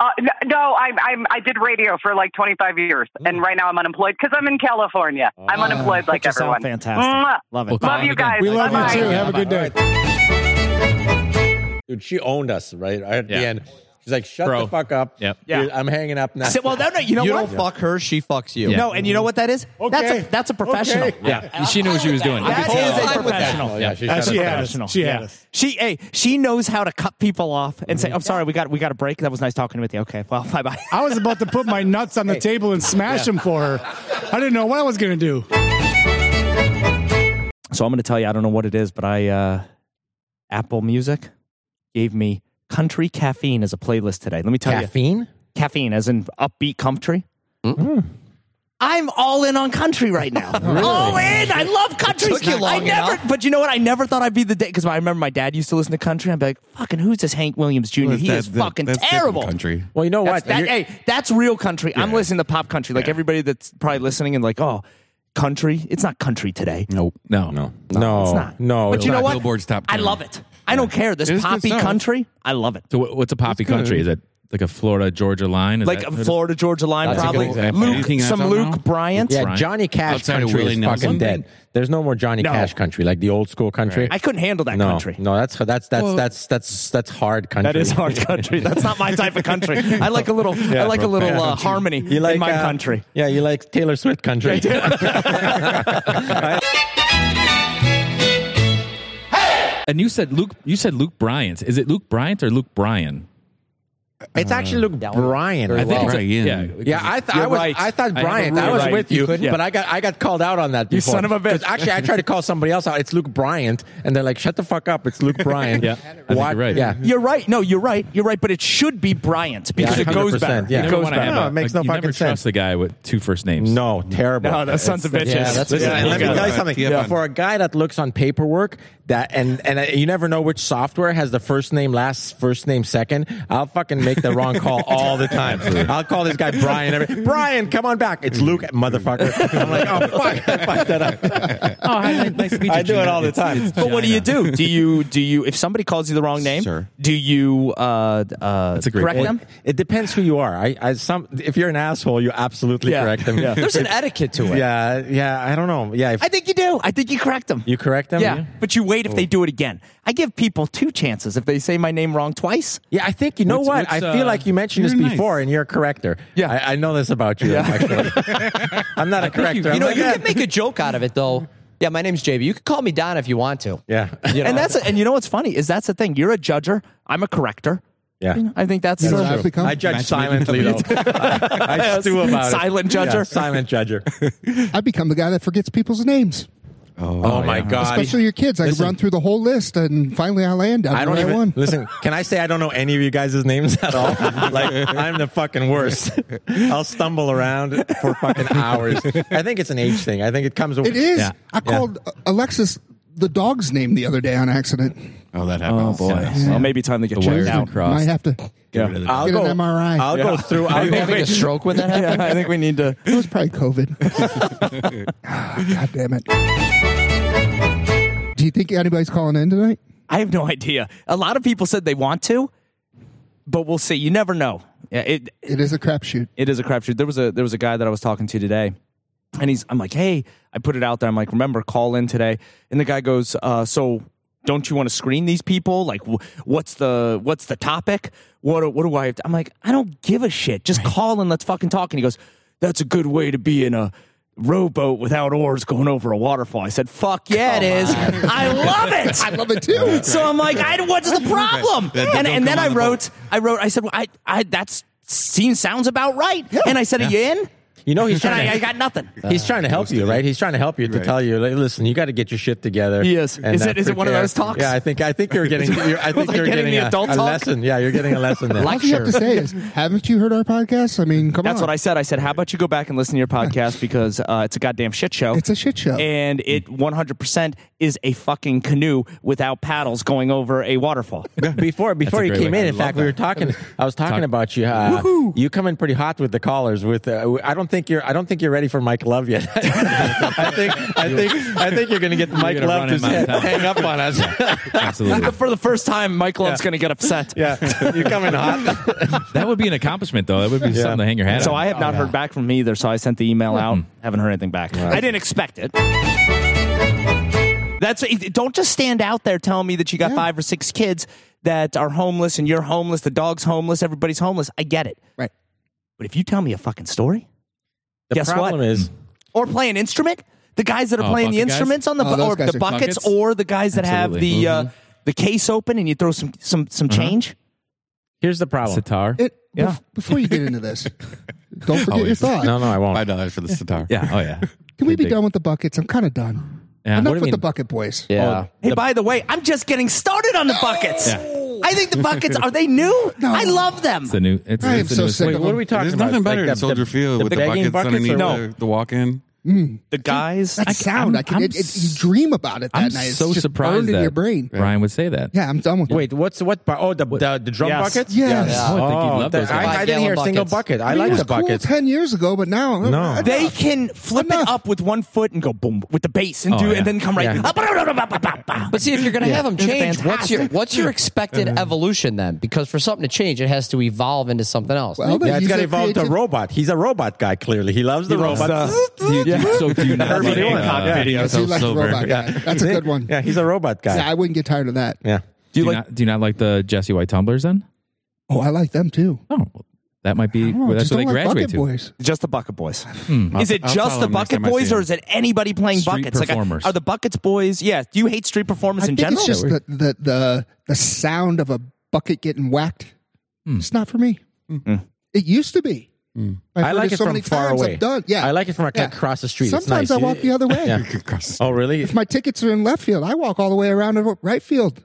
S11: Uh, n- no, I, I'm. I did radio for like 25 years,
S8: Oh.
S11: and right now I'm unemployed because I'm in California. I'm unemployed like
S7: You sound
S11: everyone.
S7: fantastic.
S11: Mwah.
S7: Love it.
S8: We'll call
S11: Love
S8: him
S11: you
S8: again.
S11: guys.
S6: We love
S11: Bye-bye.
S6: you too. Have a good day.
S2: Dude, she owned us right at
S8: Yeah.
S2: the end. She's like, "Shut
S8: Bro.
S2: the fuck up."
S8: Yep.
S2: Dude, I'm hanging up now.
S7: So- well, no, no. You know
S10: You
S7: what?
S10: don't fuck her, she fucks you.
S8: Yeah.
S7: No, and you know what that is? That's a that's a professional.
S2: Okay.
S8: Yeah, she knew what she was doing.
S7: That
S10: totally
S7: is
S10: fine
S7: a
S10: with that.
S7: professional.
S2: yeah, she
S6: Uh,
S2: shut
S6: she
S2: us
S6: had
S2: down.
S6: us. She had us. Mm-hmm.
S7: She hey, she knows how to cut people off and say, "I'm sorry, we got we got a break. That was nice talking with you." Okay, well, *laughs* bye bye.
S6: I was about to put my nuts on the table and smash them for her. I didn't know what I was going to do.
S7: So I'm going to tell you, I don't know what it is, but I uh, Apple Music gave me country caffeine as a playlist today. Let me tell you,
S2: Caffeine?
S6: Mm.
S7: caffeine as in upbeat country. I'm all in on *laughs* country right now. All in. I love country.
S9: Took you long
S7: I never,
S9: enough.
S7: but you know what? I never thought I'd be the day because I remember my dad used to listen to country. I'd be like, "Fucking who's this Hank Williams Jr.? he
S12: That-
S7: is
S12: that-
S7: fucking
S12: that's different
S7: terrible."
S12: Country.
S2: Well, you know
S7: That's,
S2: what?
S7: that,
S2: You're-
S7: hey, that's real country. I'm listening to pop country. Like everybody that's probably listening and like, oh, country. It's not country today.
S12: Nope. No. No.
S2: No,
S7: it's not.
S2: no,
S7: but
S2: it's
S7: you know
S2: not.
S7: what?
S2: Billboard's top
S7: I
S2: 10.
S7: love it. I don't
S2: *laughs*
S7: care. This
S8: It's good
S7: poppy
S8: stuff.
S7: country, I love it.
S8: So, what- what's a poppy
S7: It's good.
S8: country? Is that like a Florida Georgia line? Is
S7: like
S8: that-
S7: Florida Georgia line,
S8: That's a good
S7: probably.
S8: example. Anything
S7: Luke,
S8: else
S7: some
S8: on
S7: Luke
S8: now?
S7: Bryant.
S2: yeah, Johnny Cash
S8: Outside of
S2: country
S8: Willie
S2: is
S8: Nelson.
S2: fucking dead. There's no more Johnny
S7: No.
S2: Cash country, like the old school country.
S7: Right. I couldn't handle that
S2: no,
S7: country.
S2: No, that's that's that's
S7: Well-
S2: that's that's that's hard country.
S7: That is hard country. That's not my type of country. I like a little. I like a little uh, harmony
S2: You like
S7: in my
S2: uh,
S7: country.
S2: Yeah, you like Taylor Swift country.
S7: *laughs*
S8: And you said Luke. You said Luke Bryant. Is it Luke Bryant or Luke Bryan?
S2: It's actually Luke Bryan.
S8: I
S2: I
S8: think
S2: think.
S8: it's a,
S12: Bryan.
S8: yeah,
S2: Yeah, I, th- I
S7: You're
S2: was.
S7: right.
S2: I thought
S7: I am
S2: Bryant. I,
S7: really
S2: was
S7: right.
S2: with
S7: You
S2: you,
S7: couldn't?
S2: but I got I got called out on that. Before.
S7: son of a bitch.
S2: 'Cause Actually, I tried to call somebody else out. It's Luke Bryant, and they're like, "Shut the fuck up! It's Luke
S7: *laughs*
S2: Bryant."
S8: Yeah. I think
S2: What?
S8: you're right.
S2: Yeah.
S7: You're right. No, you're right. You're right. But it should be Bryant because
S2: Yeah,
S7: it goes
S2: 100%,
S7: better.
S2: yeah.
S7: It
S8: You never
S2: don't
S7: goes
S8: want to
S7: back.
S8: have
S2: No,
S8: a,
S2: it
S8: like,
S2: makes no
S8: you never
S2: fucking
S8: trust
S2: sense.
S8: the guy with two first names.
S2: No, terrible.
S7: No, those sons of bitches.
S2: Yeah, that's
S7: Listen,
S2: yeah, and let me
S7: look
S2: tell
S7: at
S2: you
S7: them.
S2: something.
S12: Yeah.
S2: For a guy that looks on paperwork, that and and uh, you never know which software has the first name last, first name second. I'll fucking make the wrong call all the time. I'll call this guy Brian. Every, Brian, come on back. It's Luke, motherfucker. I'm like, oh fuck, I fucked that up.
S8: Oh, hi, nice to meet you.
S2: *laughs* I do it
S8: Gina.
S2: all the
S8: It's-
S2: time.
S8: it's
S7: But what do you
S8: Gina.
S7: do? Do you do you if somebody calls you the wrong name?
S12: Sir.
S7: Do you uh, uh,
S8: a great
S7: correct
S8: point.
S7: them?
S2: It depends who you are. I, I some if you're an asshole, you absolutely
S7: Yeah.
S2: correct them.
S7: Yeah.
S10: There's an etiquette to it.
S2: yeah, yeah. I don't know. Yeah, if
S7: I think you do. I think you correct them.
S2: you correct them.
S7: yeah, but you wait if
S2: Oh.
S7: they do it again. I give people two chances. If they say my name wrong twice,
S2: Yeah, I think you know
S8: What's-
S2: what.
S8: what's,
S2: I feel
S8: uh,
S2: like you mentioned this
S8: you're nice.
S2: before, and you're a corrector.
S7: Yeah.
S2: I, I know this about you. *laughs* Actually, I'm
S8: *laughs*
S2: not a corrector.
S10: You
S2: I'm
S10: know,
S2: like,
S10: you
S2: yeah.
S10: can make a joke out of it, though. Yeah, my name's JB. You can call me Don if you want to.
S2: yeah,
S10: You know,
S7: and that's and you know what's funny is that's the thing. You're a judger. I'm a corrector.
S2: Yeah.
S7: You know, I think that's
S3: You know what I've become?
S2: I judge silently though. *laughs* I stew about it.
S7: Silent judger.
S2: Yeah, silent judger.
S3: I've become the guy that forgets people's names,
S2: *laughs* Oh, my god.
S3: especially your kids. I could
S2: Listen.
S3: run through the whole list, and finally I land. I,
S2: I don't
S3: know where
S2: even
S3: I won.
S2: listen. Can I say I don't know any of you guys' names at
S7: *laughs*
S2: all? like I'm the fucking worst. I'll stumble around for fucking hours. I think it's an age thing. I think it comes.
S3: It is. I called uh, Alexis the dog's name the other day on accident.
S12: Oh, that happens. Oh boy.
S7: Well, maybe time
S3: *laughs*
S7: to get
S8: wires
S7: checked
S8: are
S7: out.
S8: crossed.
S3: Might have to.
S2: I'll
S3: Get
S2: go
S3: an MRI.
S2: I'll go through. I'll
S10: Are you
S2: go-
S10: having a stroke when
S2: *laughs*
S10: that happens?
S7: Yeah, I think we need to.
S3: It was probably COVID. Ah, God damn it. Do you think anybody's calling in tonight?
S7: I have no idea. A lot of people said they want to, but we'll see. You never know. Yeah, it
S3: It is a crapshoot.
S7: it is a crapshoot. There was a there was a guy that I was talking to today, and he's I'm like, hey, I put it out there. I'm like, remember, call in today. And the guy goes, uh, so don't you want to screen these people? Like, wh- what's the what's the topic? What do- what do I? Have to-" I'm like, I don't give a shit. Just call and let's fucking talk. And he goes, that's a good way to be in a rowboat without oars going over a waterfall. I said, fuck yeah, it is. I
S3: *laughs*
S7: love it. I love it too. So I'm like, I, what's the problem?
S12: That- that
S7: and
S12: don't
S7: and then
S12: come
S7: I
S12: on the
S7: wrote, I wrote, I said, well, I, I, that's seems sounds about right. And I said, are you in?
S2: you know he's
S7: And
S2: trying.
S7: I,
S2: to,
S7: I got nothing.
S2: *laughs* He's trying to help you, right? He's trying to help you to
S12: Right.
S2: tell you, like, listen, you got to get your shit together.
S7: Yes. Is
S2: uh,
S7: it- is it one of
S2: prepare.
S7: those talks?
S2: Yeah, I think I think you're getting. You're,
S8: *laughs*
S2: I
S7: Was *laughs*
S2: think
S7: I
S2: you're
S7: getting
S2: getting,
S7: the
S2: a,
S7: adult
S2: a
S7: talk?
S2: lesson. Yeah, you're getting
S3: *laughs*
S2: a lesson there.
S3: All you have to say is, haven't you heard our podcast? I mean, come on.
S7: That's what I said. I said, how about you go back and listen to
S2: *laughs*
S7: your podcast because uh, it's a goddamn shit show.
S3: It's a shit show.
S7: And it 100% is a fucking canoe without paddles going over a waterfall.
S2: before before
S8: a
S2: you
S8: great
S2: came
S8: way.
S2: in,
S8: I
S2: in
S8: love
S2: fact, we were talking. I was talking about you. Uh, you come in pretty hot with the callers. With uh, I don't think you're. I don't think you're ready for Mike Love yet. *laughs* *laughs* I think.
S7: *laughs*
S2: I think. I think you're going to get Mike
S8: gonna
S2: Love
S8: run
S2: to
S8: him out of town.
S2: *laughs* hang up on us.
S8: Absolutely.
S7: For the first time, Mike Love's going to get upset. *laughs*
S2: yeah, you come in hot.
S8: That would be an accomplishment, though. That would be something to hang your hat
S7: So
S8: on.
S7: I have
S2: Oh,
S7: not heard back from him either. So I sent the
S2: Hmm.
S7: email out. Haven't heard anything back. I didn't expect it. That's it- don't just stand out there telling me that you got
S3: Yeah.
S7: five or six kids that are homeless and you're homeless. The dog's homeless. Everybody's homeless. I get it.
S3: Right.
S7: But if you tell me a fucking story
S2: The
S7: Guess what?
S2: problem is.
S7: or play an instrument, the guys that are
S8: Oh,
S7: playing the
S8: bucket guys?
S7: instruments on the
S3: Oh,
S7: bu-
S3: those
S7: or
S3: guys
S7: the
S3: are-
S7: buckets,
S8: Buckets?
S7: or the guys that
S8: Absolutely. Mm-hmm.
S7: have the uh, the case open and you throw some some some change.
S2: Here's the problem.
S8: sitar.
S3: It,
S7: Yeah.
S3: bef- before you get into
S7: *laughs*
S3: this, don't forget your
S12: Always.
S3: thought.
S2: No, no, I won't.
S12: Five dollars
S3: *laughs*
S12: for the sitar.
S8: Yeah. Oh yeah.
S3: Can we be
S8: Big-
S3: done with the buckets? I'm kind of done.
S8: Yeah. Oh,
S3: Enough
S8: What do
S3: with
S8: you
S3: the
S8: mean?
S3: bucket boys.
S10: Yeah.
S7: Hey, by the way, I'm just getting started on the buckets.
S8: Yeah.
S7: I
S9: I think the buckets are they new? I love them.
S8: It's the new. It's,
S9: I am
S8: it's the
S9: so
S8: newest
S9: sick
S8: one.
S9: of Wait, what are we talking
S12: There's
S8: about?
S12: nothing
S8: Like
S12: better
S8: the-
S12: than Soldier
S8: the-
S12: Field
S8: the
S12: with the
S8: begging
S12: buckets,
S8: buckets
S12: underneath
S8: or what?
S12: the- the walk-in.
S7: The guys.
S3: Mm. That sound, i can. it, it, you dream about it that
S8: I'm
S3: night. It's
S8: so
S3: just
S8: surprised
S3: burned
S8: that
S3: in
S8: *laughs*
S3: your brain.
S8: Brian would say that.
S3: Yeah, I'm done with
S2: Wait, what's what? bu- Oh, the the, the drum
S3: Yes.
S2: buckets.
S3: Yes. Yes.
S8: I would think he'd
S2: Oh,
S8: love
S2: the-
S8: those
S2: I,
S8: guys.
S2: I didn't hear a single bucket. I,
S3: mean,
S2: like
S3: it was
S2: the buckets.
S3: Cool Ten years ago, but now
S2: No.
S7: They can flip it up with one foot and go boom with the bass and
S10: Oh,
S7: do
S10: yeah.
S7: and then come right.
S10: Yeah. But see, if you're going to
S7: Yeah.
S10: have them
S7: It's
S10: change, what's your
S7: fantastic.
S10: what's your expected
S3: Uh-huh.
S10: evolution then? Because for something to change, it has to evolve into something else.
S2: yeah, it's gonna involve the robot. He's a robot guy. Clearly, he loves the
S10: He loves the-
S2: robot.
S8: So do you not
S2: Everybody
S8: like,
S2: wants
S8: uh,
S2: that.
S8: video
S2: Yeah.
S8: Yes, he so likes the sober. robot guy.
S3: That's a good one.
S2: Yeah, he's a robot guy.
S3: Yeah, I wouldn't get tired of that.
S2: Yeah.
S8: Do you, not, do you not like the Jesse White tumblers then?
S3: Oh, I like them too.
S8: Oh, that might be.
S3: know,
S8: that's
S3: just
S8: what they
S3: don't like
S8: graduate
S3: Bucket
S8: to.
S3: Boys.
S7: Just the Bucket Boys.
S8: Hmm.
S7: Is it
S8: I'll- I'll
S7: just
S8: follow
S7: the
S8: him next
S7: Bucket
S8: time I see
S7: Boys, or
S8: him.
S7: is it anybody playing
S8: Street
S7: buckets? Like,
S8: performers.
S7: are the Buckets Boys? Yeah. Do you hate street performers
S3: I
S7: in
S3: think
S7: general?
S3: it's just the, the the the sound of a bucket getting whacked.
S8: Hmm.
S3: It's not for me. It used to be. I've
S2: I
S3: heard
S2: like it
S3: so
S2: from
S3: many
S2: far
S3: times
S2: away.
S3: I've done. Yeah,
S2: I like it from
S3: Yeah.
S2: across the street.
S3: Sometimes
S2: it's nice.
S3: I walk the other
S12: *laughs*
S3: way.
S2: Yeah. Oh, really?
S3: If my tickets are in left field, I walk all the way around to right field.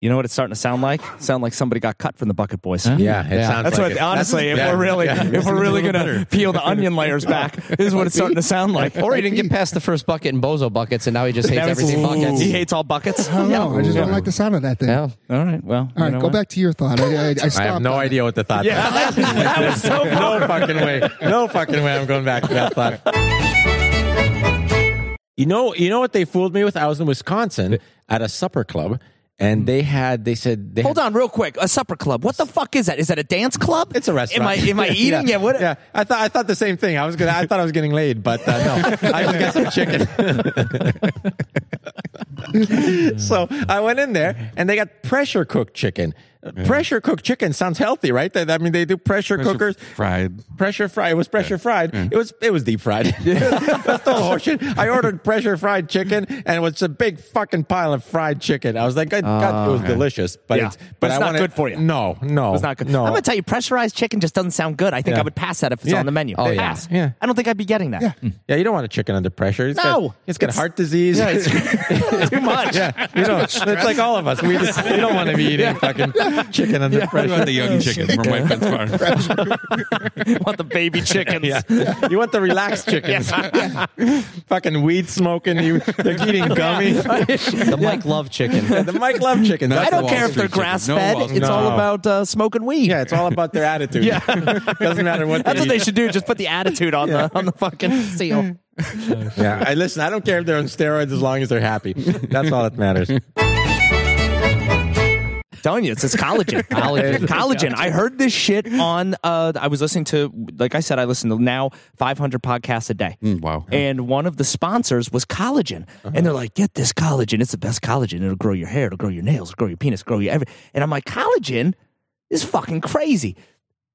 S7: You know what it's starting to sound like? Sound like somebody got cut from the Bucket Boys.
S2: Yeah, it Yeah. sounds
S7: that's
S2: like
S7: what.
S2: it.
S7: Honestly, if
S2: Yeah.
S7: we're really,
S2: Yeah.
S7: if we're really
S2: It's a little
S7: gonna
S2: better.
S7: peel the onion layers back, this is what it's starting to sound like.
S10: Or he didn't get past the first bucket in Bozo buckets, and now he just hates
S7: That was-
S10: everything buckets.
S7: He hates all buckets.
S3: I don't know. I just
S7: Yeah.
S3: don't like the sound of that thing.
S10: Oh, Yeah.
S7: All right. Well.
S3: All right, go back to your thought. I, I, I
S2: *laughs* I have
S3: stopped.
S2: no idea what the thought.
S3: Yeah.
S7: *laughs*
S2: was. *laughs* no fucking way. No fucking way. I'm going back to that thought. You know, you know what they fooled me with. I was in Wisconsin at a supper club, and they had. They said they
S7: Hold
S2: had,
S7: on, real quick. A supper club. What the fuck is that? Is that a dance club? It's a
S2: restaurant.
S7: Am I? Am I eating?
S2: *laughs* Yeah,
S7: yeah what?
S2: yeah. I thought I thought the same thing. I was gonna. I thought I was getting laid, but uh, no. I just got some chicken. *laughs* so I went in there, and they got pressure cooked chicken. Pressure cooked chicken sounds healthy, right? That- I mean, they do pressure,
S12: Pressure
S2: cookers,
S12: fried.
S2: pressure fried. It was pressure fried.
S12: Mm.
S2: It was it was deep fried. *laughs* That's the whole horseshit. I ordered pressure fried chicken, and it was a big fucking pile of fried chicken. I was like, God, God, it was
S7: Uh,
S2: delicious, but
S7: Yeah.
S2: it's,
S7: But
S2: but,
S7: it's
S2: I
S7: not
S2: wanted-
S7: good for you.
S2: No, no,
S7: It's not good.
S2: No,
S7: I'm gonna tell you, pressurized chicken just doesn't sound good. I think
S2: Yeah.
S7: I would pass that if it's
S2: Yeah.
S7: on the menu.
S2: Oh, yeah.
S7: pass.
S2: Yeah.
S7: I don't think I'd be getting that.
S2: Yeah, you don't want a chicken under pressure. It's
S7: No.
S2: got, it's got
S7: It's-
S2: heart disease.
S7: Yeah,
S2: *laughs*
S7: it's too much.
S2: yeah, you know, it's like all of us. We just we don't want to be eating fucking chicken under pressure.
S3: *laughs*
S12: What about the young chicken from White Fence Farm?
S7: *laughs* want the baby chickens.
S2: Yeah. You want the relaxed
S7: *laughs*
S2: chickens. *laughs* fucking weed smoking. You, they're eating *laughs* gummy.
S10: The Mike Love chicken.
S2: Yeah, *laughs* the Mike Love chickens.
S7: I
S2: That's
S7: don't
S2: the
S7: care
S2: Wall
S7: if they're
S2: Street
S7: grass
S2: chickens. No
S7: fed.
S2: Wall
S7: it's
S2: Street-
S7: all
S2: No.
S7: about uh, smoking weed.
S2: Yeah, it's all about their attitude.
S7: Yeah.
S2: *laughs* Doesn't matter what
S7: That's
S2: they
S7: what they
S2: eat. Mm.
S7: should do. Just put the attitude on the on the fucking seal.
S2: Yeah, I listen. I don't care if they're on steroids as long as they're happy. That's all that *laughs* matters.
S7: telling you, it's this collagen. collagen. collagen. I heard this shit on. Uh, I was listening to, like I said, I listen to now 500 podcasts a day.
S12: wow.
S7: And one of the sponsors was collagen. And they're like, get this collagen. It's the best collagen. It'll grow your hair, it'll grow your nails, it'll grow your penis, grow your every. And I'm like, collagen is fucking crazy.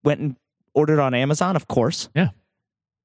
S7: Went and ordered on Amazon, of course.
S8: Yeah.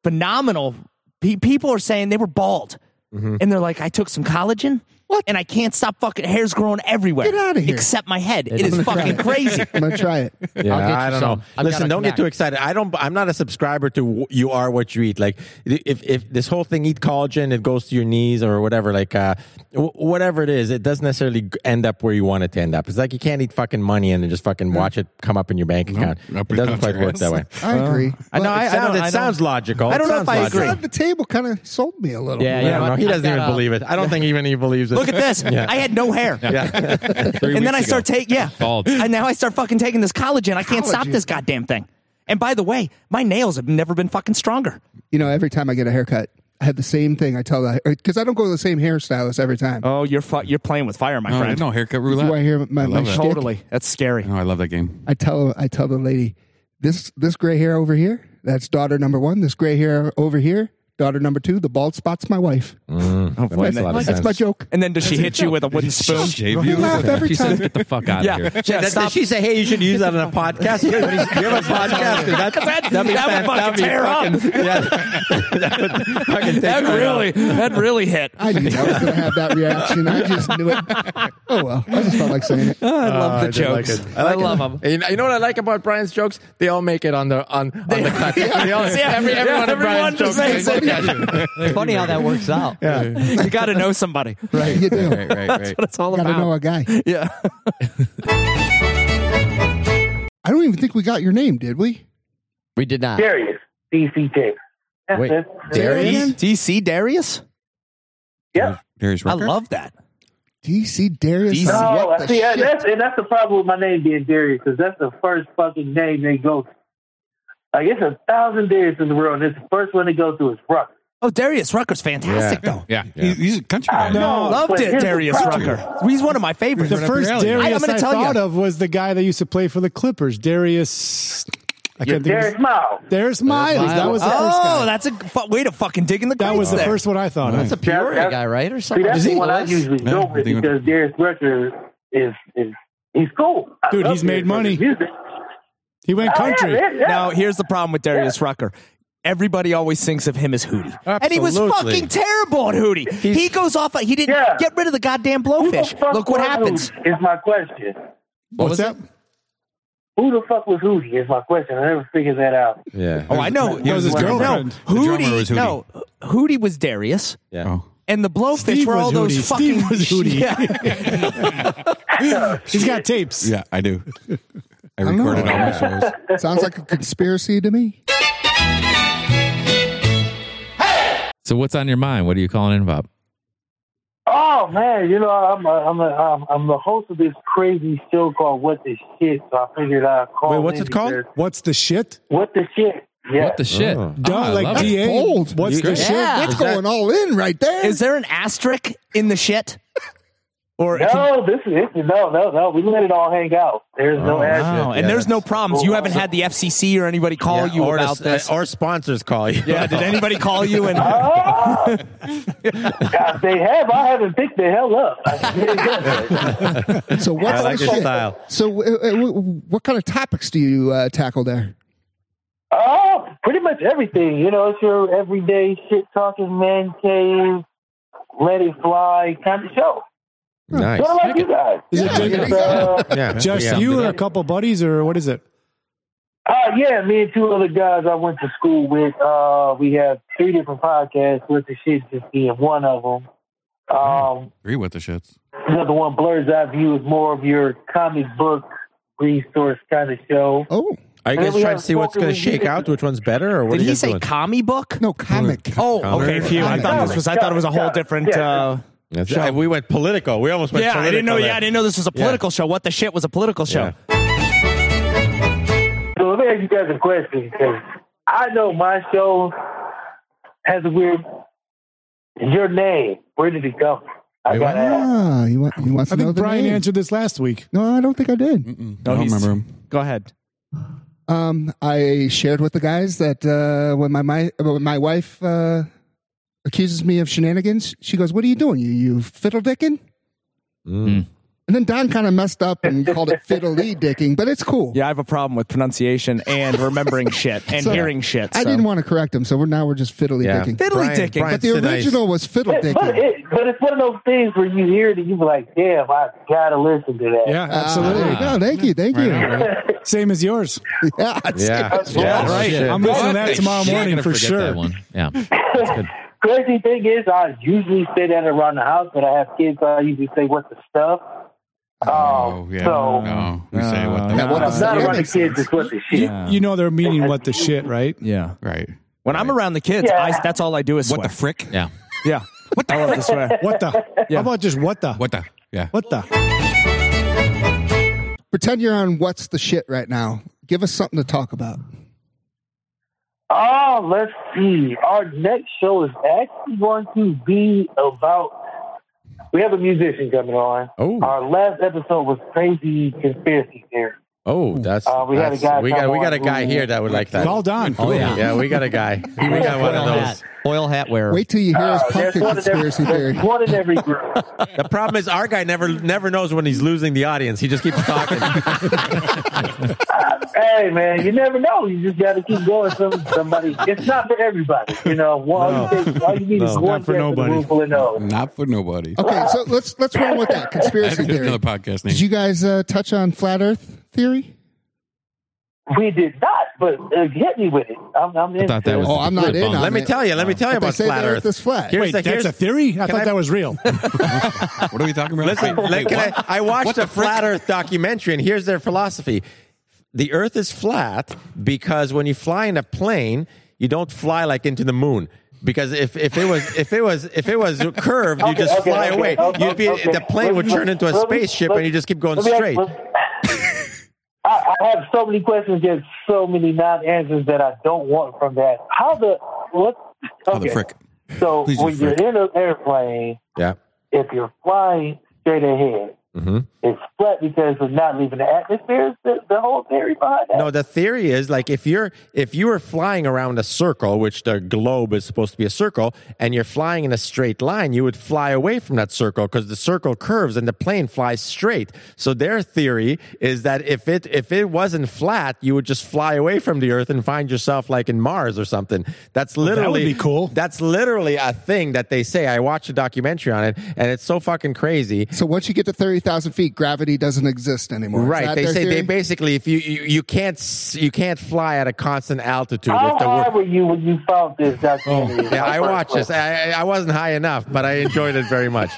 S7: Phenomenal. Pe- people are saying they were bald. And they're like, I took some collagen. What? And I can't stop fucking hair's growing everywhere.
S3: Get outta here.
S7: Except my head.
S3: I'm
S7: It is
S3: gonna try
S7: fucking
S3: it.
S7: crazy.
S3: I'm gonna try it.
S2: Yeah,
S10: I'll get you
S2: I don't
S10: some.
S2: know.
S10: I've
S2: Listen,
S10: gotta
S2: don't
S10: connect.
S2: get too excited. I don't. I'm not a subscriber to w- you are what you eat. Like if if this whole thing eat collagen, it goes to your knees or whatever. Like uh, w- whatever it is, it doesn't necessarily g- end up where you want it to end up. It's like you can't eat fucking money and then just fucking watch it come up in your bank account.
S12: up
S2: it
S12: or
S2: doesn't
S12: down
S2: quite
S12: your
S2: work
S12: ass.
S2: that way. *laughs*
S3: I agree.
S7: I know.
S3: But
S7: I,
S2: It
S7: I don't-
S2: sounds,
S7: I
S2: it
S7: don't-
S2: sounds logical.
S7: I don't
S2: It
S7: know if
S2: sounds
S7: I
S2: logical.
S7: agree.
S3: At the table kind of sold me a little.
S7: Yeah,
S2: Yeah,
S7: yeah.
S2: no, he
S10: I've
S2: doesn't
S10: got
S2: even
S10: a-
S2: believe it. I don't think even he believes it.
S7: Look at this.
S2: Yeah.
S7: I had no hair. *laughs*
S2: yeah.
S12: Three
S7: and
S12: weeks
S7: then I
S12: ago.
S7: start taking, yeah.
S8: Bald.
S7: And now I start fucking taking this collagen. I can't stop
S3: Collagen.
S7: this goddamn thing. And by the way, my nails have never been fucking stronger.
S3: You know, every time I get a haircut, I have the same thing. I tell that because I don't go to the same hairstylist every time.
S7: Oh, you're fu- you're playing with fire, my
S12: No,
S7: friend.
S12: Oh, no,
S3: Do
S12: haircut roulette.
S3: I hear my,
S12: I
S3: my
S12: love it.
S3: shtick?
S7: Totally. That's scary.
S12: No, I love that game.
S3: I tell I tell the lady this this gray hair over here that's daughter number one. This gray hair over here daughter number two. The bald spot's my wife.
S7: Oh, boy.
S2: makes a lot of
S3: that's
S2: sense.
S3: my joke.
S7: And then does she hit you with a wooden spoon?
S12: Shave
S3: I
S7: *laughs*
S12: you?
S3: laugh every
S8: She says,
S3: time.
S8: "Get the fuck out
S7: Yeah.
S8: of here."
S7: Yeah,
S2: That-
S7: stop.
S2: that- she
S7: *laughs*
S2: said, "Hey, you should use that on a podcast." You have, you have a podcast? 'Cause That,
S7: That-
S2: that'd be
S7: that
S2: fan-
S7: would fucking
S2: that'd be
S7: tear up.
S2: fucking- yeah.
S7: *laughs*
S2: that would fucking take
S7: That
S2: me out.
S7: really, that really hit.
S3: I knew I was going to have that reaction. I just knew
S7: *laughs*
S3: it. Oh well, I just felt like saying it.
S7: Oh, I love the
S2: Oh, I did like
S7: jokes.
S2: it.
S7: I,
S2: like
S7: love
S2: it.
S7: them.
S2: And You know, you know what I like about Brian's jokes? They all make it on the on, on the cut. They all-
S7: *laughs* Yeah,
S2: every,
S7: yeah,
S2: every one of
S7: everyone
S2: Brian's
S7: just
S2: jokes.
S7: makes
S2: makes
S7: it. *laughs*
S2: it.
S10: Funny how that works out.
S7: You got to know somebody. *laughs* Right.
S3: You do.
S12: Right, right, right.
S7: That's all
S3: Got to
S7: about.
S3: know a guy.
S7: Yeah.
S3: *laughs* I don't even think we got your name, did we?
S10: We did not.
S13: Darius, DC Dave. That's it.
S7: DC E. Darius?
S13: Yeah.
S12: Darius
S7: I
S12: Rucker?
S7: love that.
S3: DC Darius.
S13: No,
S3: What the
S13: Oh, see, and
S3: shit?
S13: that's, and that's the problem with my name being Darius, because that's the first fucking name they go. Like it's a thousand Darius in the world, and it's the first one they go to is Rucker.
S7: Oh, Darius Rucker's fantastic, though.
S12: Yeah. He's a country
S13: guy.
S6: No,
S7: loved
S6: but
S7: it,
S6: here's the
S7: Darius
S6: problem.
S7: Rucker. He's one of my favorites.
S6: The first Darius I,
S7: I'm gonna tell
S6: thought
S7: you.
S6: of was the guy that used to play for the Clippers, Darius. I can't think. of his-
S13: Miles.
S6: There's Miles. That was the
S7: oh,
S6: first guy.
S7: that's a fu- way to fucking dig in the
S6: That was the first one I thought.
S7: That's
S6: of.
S7: a Peoria
S13: That's-
S7: guy, right? Or
S13: see,
S7: something.
S13: that's
S7: Hmm. Is
S13: the
S7: he?
S13: one I
S7: Was?
S13: usually
S7: Yeah,
S13: go
S7: I
S13: with
S7: think-
S13: because Darius Rucker is is he's cool. I
S7: Dude,
S13: love
S7: he's made
S13: Darius Rucker's
S7: money.
S13: Music.
S6: He went
S13: Oh, yeah, country. yeah, yeah.
S7: Now, here's the problem with Darius Rucker. Everybody always thinks of him as Hootie. And he was
S9: Absolutely.
S7: fucking terrible at Hootie. he goes off. He didn't get rid of the goddamn blowfish. Look what happens.
S13: Is my question.
S7: What was that?
S13: Who the fuck was Hootie? Is my question. I never figured that out.
S2: Yeah.
S7: Oh, I know.
S13: That was his girlfriend. The
S7: No, Hootie,
S13: drummer was Hootie.
S7: No, Hootie was Darius.
S2: Yeah.
S7: And the blowfish
S6: Steve
S7: were all
S6: was
S7: those
S6: Hootie.
S7: fucking.
S6: Steve was Hootie.
S13: *laughs*
S7: *laughs* Yeah.
S6: He's got tapes.
S12: Yeah, I do. I
S3: *laughs*
S12: recorded all my shows.
S3: Sounds like a conspiracy to me.
S8: So what's on your mind? What are you calling in about?
S13: Oh man, you know I'm a, I'm a, I'm, I'm the host of this crazy show called What the Shit. So I figured I'd call.
S6: Wait, what's
S13: in
S6: it called?
S7: Oh!
S13: because-
S6: What's the shit?
S13: What the shit? Yeah.
S8: What the shit?
S6: Duh,
S8: Oh, I
S6: like
S8: love it.
S6: DA. What's the shit?
S3: That's going all in right there.
S7: Is there an asterisk in the shit? Or
S13: no, this is this is- no, no, no. We let it all hang out. There's no action.
S7: Oh, Wow. And there's no problems. You haven't had *laughs* the FCC or anybody call
S2: Yeah,
S7: you
S2: or
S7: about
S2: s-
S7: this.
S2: Or sponsors call you.
S7: yeah. Did anybody call
S13: *laughs*
S7: you? And *laughs*
S13: Ah! God, they have. I haven't picked the hell up.
S3: So what's
S2: I like
S3: the
S2: your
S3: shit?
S2: style.
S3: So uh, uh, w- w- what kind of topics do you uh, tackle there?
S13: Oh, pretty much everything. You know, it's your everyday shit talking man cave, let it fly kind of show.
S2: Hmm. Nice.
S13: Sort of like you guys.
S6: Is it
S13: It's,
S6: just,
S13: uh,
S2: Yeah.
S6: *laughs* just
S2: yeah.
S6: you or a couple buddies or what is it?
S13: Uh, yeah, me and two other guys I went to school with. Uh, we have three different podcasts. With the shit just being one of them. Um,
S12: Agree with the shits.
S2: Hmm.
S13: another one, Blur's Eye View, is more of your comic book resource kind of show.
S3: Oh,
S2: Are you
S13: And then
S2: guys
S13: we
S2: trying
S13: have
S2: to see what's
S13: spoken
S2: going to
S13: review.
S2: shake out? Which one's better? Or what
S7: did
S2: are you
S7: he
S2: guys
S7: say
S2: doing?
S7: comic book?
S3: No comic.
S7: Oh, okay.
S2: Comic.
S7: Phew. I thought this was. I thought it was a whole different. Uh,
S2: That's right. We went political. We almost went.
S7: yeah, I didn't know.
S2: political there.
S7: Yeah, I didn't know this was a political show. What the shit was a political show?
S13: So let me ask you guys a question because I know my show has a weird. Your name, where did it come? from? I got to ask.
S3: Ah, you want you want
S6: I
S3: to know
S6: think
S3: the
S6: Brian
S3: name?
S6: answered this last week.
S3: No, I don't think I did.
S12: No, I don't
S7: he's-
S12: remember him.
S7: Go ahead.
S3: Um, I shared with the guys that uh, when my my when my wife uh, accuses me of shenanigans, she goes, "What are you doing? You you fiddle dicking?" And then Don kind of messed up and called it fiddle dicking, but it's cool.
S7: Yeah, I have a problem with pronunciation and remembering shit and
S3: So,
S7: hearing shit.
S3: I
S7: so.
S3: didn't want to correct him, so we're now we're just fiddly
S2: Yeah.
S3: dicking.
S7: Fiddly
S2: Brian-
S7: dicking,
S2: Brian
S3: But the
S2: Sinise.
S3: original was fiddle
S13: But, but,
S3: dicking.
S13: it, but it's one of those things where you hear it and you be like, damn, I gotta listen to that.
S6: Yeah, absolutely.
S3: No, thank Ah, you, thank you.
S6: Ah.
S3: *laughs*
S6: Same as yours.
S3: Yeah, it's-
S2: Yeah.
S6: Yeah, right. I'm listening to that
S7: Um,
S6: tomorrow morning for sure.
S8: Yeah.
S13: *laughs* Crazy thing is, I usually say that around the house, but I have kids, so I usually say, what the stuff? Um,
S12: Oh, yeah.
S13: So,
S12: no, we say what the
S3: Yeah, Uh, what
S13: when
S3: the-
S13: I'm not
S3: that
S13: around the
S3: makes
S13: kids,
S3: sense.
S13: it's what the shit.
S6: You, you know they're meaning what the shit, right?
S7: Yeah.
S12: right.
S7: When I'm around the kids,
S13: Yeah.
S7: I, that's all I do is
S12: What
S7: swear.
S12: the frick?
S8: Yeah.
S7: yeah. What the I love to swear.
S3: *laughs*
S6: What the?
S7: Yeah.
S6: How about just what the?
S12: What the? Yeah.
S6: What the?
S3: Pretend you're on what's the shit right now. Give us something to talk about.
S13: Oh, let's see. Our next show is actually going to be about. We have a musician coming on.
S2: Oh.
S13: Our last episode was crazy conspiracy theory.
S2: Oh, that's.
S13: Uh, we got a
S2: that's-
S13: guy
S2: We got.
S13: come
S2: We got
S13: on
S2: a guy
S13: who-
S2: here that would like that.
S6: Call Don.
S10: Oh, yeah.
S2: Yeah, we got
S13: *laughs*
S2: a guy. We got one of
S10: Oil
S2: those.
S10: hat. Oil hat wearer.
S3: Wait till you hear us
S13: Uh, there's
S3: pumpkin
S13: one in every-
S3: conspiracy
S13: there's
S3: theory.
S13: one in every group.
S2: The problem is our guy never never knows when he's losing the audience. He just keeps talking.
S13: hey man, you never know. You just got to keep going. Some, somebody, it's not for everybody. You know, Well, all, you take, all you need is
S2: No.
S13: one
S2: Not for
S13: guest in the
S2: nobody.
S13: room full of no.
S12: Not for nobody.
S3: Okay, so let's let's run with that
S12: I
S3: conspiracy
S12: haven't heard
S3: theory.
S12: another podcast name.
S3: Did you guys uh, touch on flat Earth theory?
S13: We did not, but uh, hit me with it. I'm, I'm into
S8: thought that
S13: it.
S8: was-
S3: Oh, I'm not
S8: Good
S3: in.
S8: bump.
S3: on
S2: let me
S3: it.
S2: tell you. Let me tell
S3: But
S2: you
S3: they
S2: about
S3: say
S2: flat
S3: the
S2: Earth.
S3: is flat.
S2: Here's
S6: Wait,
S2: the-
S6: that's
S2: here's-
S6: a theory? I
S2: can
S6: thought that was real.
S12: what are we talking about?
S2: Listen,
S12: Wait,
S2: like,
S12: wait,
S2: can
S12: what?
S2: I, I watched a flat Earth documentary, and here's their philosophy: the Earth is flat because when you fly in a plane, you don't fly like into the moon. Because if, if it was if it was if it was curved, you
S13: Okay,
S2: just
S13: okay,
S2: fly
S13: okay,
S2: away.
S13: okay,
S2: You'd be
S13: okay.
S2: the plane would
S13: Let me-
S2: turn into a
S13: let me-
S2: spaceship,
S13: let-
S2: and you just keep going
S13: let me ask-
S2: straight.
S13: let- I, I have so many questions. There's so many non answers that I don't want from that. How the what?
S2: the frick.
S13: So
S2: Please, you
S13: when you're
S2: frick.
S13: in an airplane,
S2: Yeah.
S13: if you're flying straight ahead,
S2: Mm-hmm.
S13: it's flat because it's not leaving the atmosphere. Is The, the whole theory behind that.
S2: No, the theory is like if you're if you were flying around a circle, which the globe is supposed to be a circle, and you're flying in a straight line, you would fly away from that circle because the circle curves and the plane flies straight. So their theory is that if it if it wasn't flat, you would just fly away from the Earth and find yourself like in Mars or something. That's
S6: would
S2: literally
S6: be
S2: cool. That's literally a thing that they say. I watched a documentary on it, and it's so fucking crazy.
S3: So once you get to thirty thousand feet, gravity doesn't exist anymore. Is
S2: Right.
S3: that
S2: They
S3: their
S2: say they
S3: theory?
S2: basically if you, you you can't s- you can't fly at a constant altitude.
S13: How
S2: if the
S13: high
S2: wor-
S13: were you when you found this
S10: Oh,
S13: documentary?
S2: yeah, I watched this. I, I I wasn't high enough, but I enjoyed it very
S13: *laughs*
S2: much.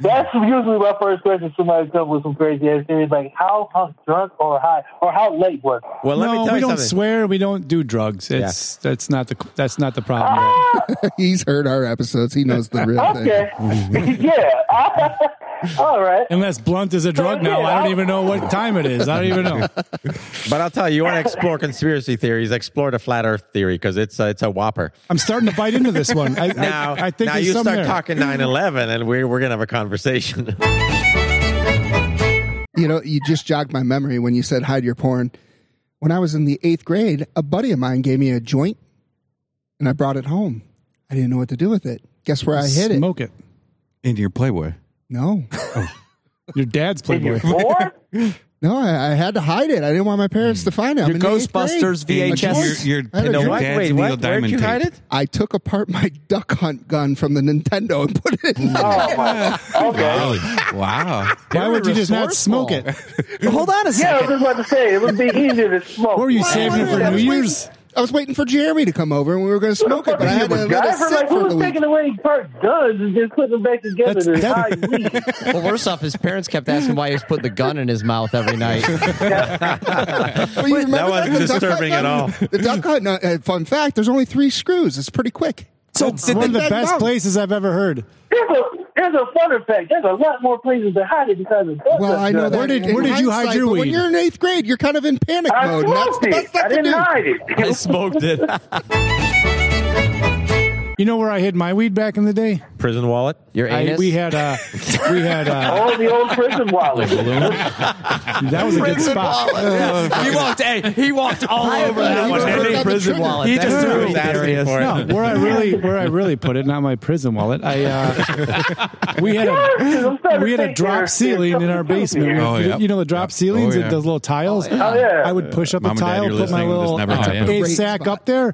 S13: That's usually my first question. Somebody comes with some crazy ass theory, like how hung- drunk or high or how late was. it?
S2: *laughs* Well,
S6: no, we don't swear. We don't do drugs. It's that's not the that's not the problem.
S13: Ah!
S3: *laughs* He's heard our episodes. He knows the real
S13: Okay. *laughs*
S6: thing.
S13: yeah. All right.
S6: Unless blunt is a drug now, I don't even know what time it is. I don't even
S3: *laughs*
S6: know.
S2: But I'll tell you, you want to explore conspiracy theories? Explore the flat Earth theory because it's a, it's a whopper.
S6: I'm starting to bite into this one. I, I-
S2: now,
S6: I, think
S2: now
S6: there's
S2: you
S6: some
S2: start
S6: there.
S2: talking 9-11 and we're, we're going to have a conversation. *laughs*
S3: You know, you just jogged my memory when you said hide your porn. When I was in the eighth grade, a buddy of mine gave me a joint and I brought it home. I didn't know what to do with it. Guess where I hid it?
S6: Smoke it.
S12: Into your Playboy.
S3: No.
S6: *laughs* Your dad's Playboy.
S3: *laughs* No, I, I had to hide it. I didn't want my parents to find out.
S6: Your
S3: I'm in the eighth
S6: Ghostbusters
S3: grade.
S6: VHS.
S3: A
S6: Your- your-
S3: joint. I had a
S6: you know
S3: joint.
S6: what? Dad's Wait, what? Neil Where'd Diamond you tape. hide it?
S3: I took apart my duck hunt gun from the Nintendo and put it in.
S6: Oh,
S3: *laughs*
S12: Wow. wow.
S6: Why would you just not smoke it?
S3: Hold on a
S13: Yeah, I was just about to say it would
S3: *laughs*
S13: be easier to smoke.
S6: What were you saving for New
S3: Year's? I was waiting for Jeremy to come over and we were going to smoke it, but I had to let it
S13: MacGyver,
S3: sit
S13: like,
S3: for
S13: who's
S3: the week.
S13: taking away Kirk guns and just putting them back together to hide weed?
S10: Well, worse off, his parents kept asking why he was putting the gun in his mouth every night.
S3: Well, you remember
S10: That wasn't
S3: the duck
S10: disturbing at
S3: hunt
S10: all.
S3: gun? The duck hunt. uh, uh, fun fact: there's only three screws. It's pretty quick.
S6: So
S3: That's
S6: one of
S3: not
S6: the
S3: that
S6: best
S3: long.
S6: places I've ever heard.
S13: There's a there's a fun fact. There's a lot more places to hide it because of guns.
S3: Well, I know that. in hindsight, but When you're in eighth grade, you're kind of in panic
S13: I
S3: *laughs* mode. and That's
S13: smoked
S3: the
S13: it.
S3: best that
S13: I
S3: to
S13: didn't
S3: do.
S13: hide it.
S2: I smoked it.
S6: *laughs* You know where I hid my weed back in the day?
S2: Prison wallet? Your
S6: I- we had uh, we had uh,
S13: All Oh, the old prison wallets.
S6: *laughs* that was a good
S13: Prison
S6: spot.
S13: wallet. Yeah.
S7: he walked. Hey, he walked all over that one. didn't he? He just threw it there.
S2: hilarious.
S6: No, where I *laughs* really where I really put it, not my prison wallet. I uh, we had a we had a drop ceiling in our basement.
S12: Oh,
S6: you,
S12: yeah.
S6: you know the drop ceilings,
S12: yeah.
S6: those little tiles.
S13: Oh, yeah.
S6: I would push up a
S12: Mom and Dad,
S6: tile,
S12: you're
S6: put my
S12: listening to this.
S6: little
S12: Never happened.
S6: a
S12: Great
S6: sack up there,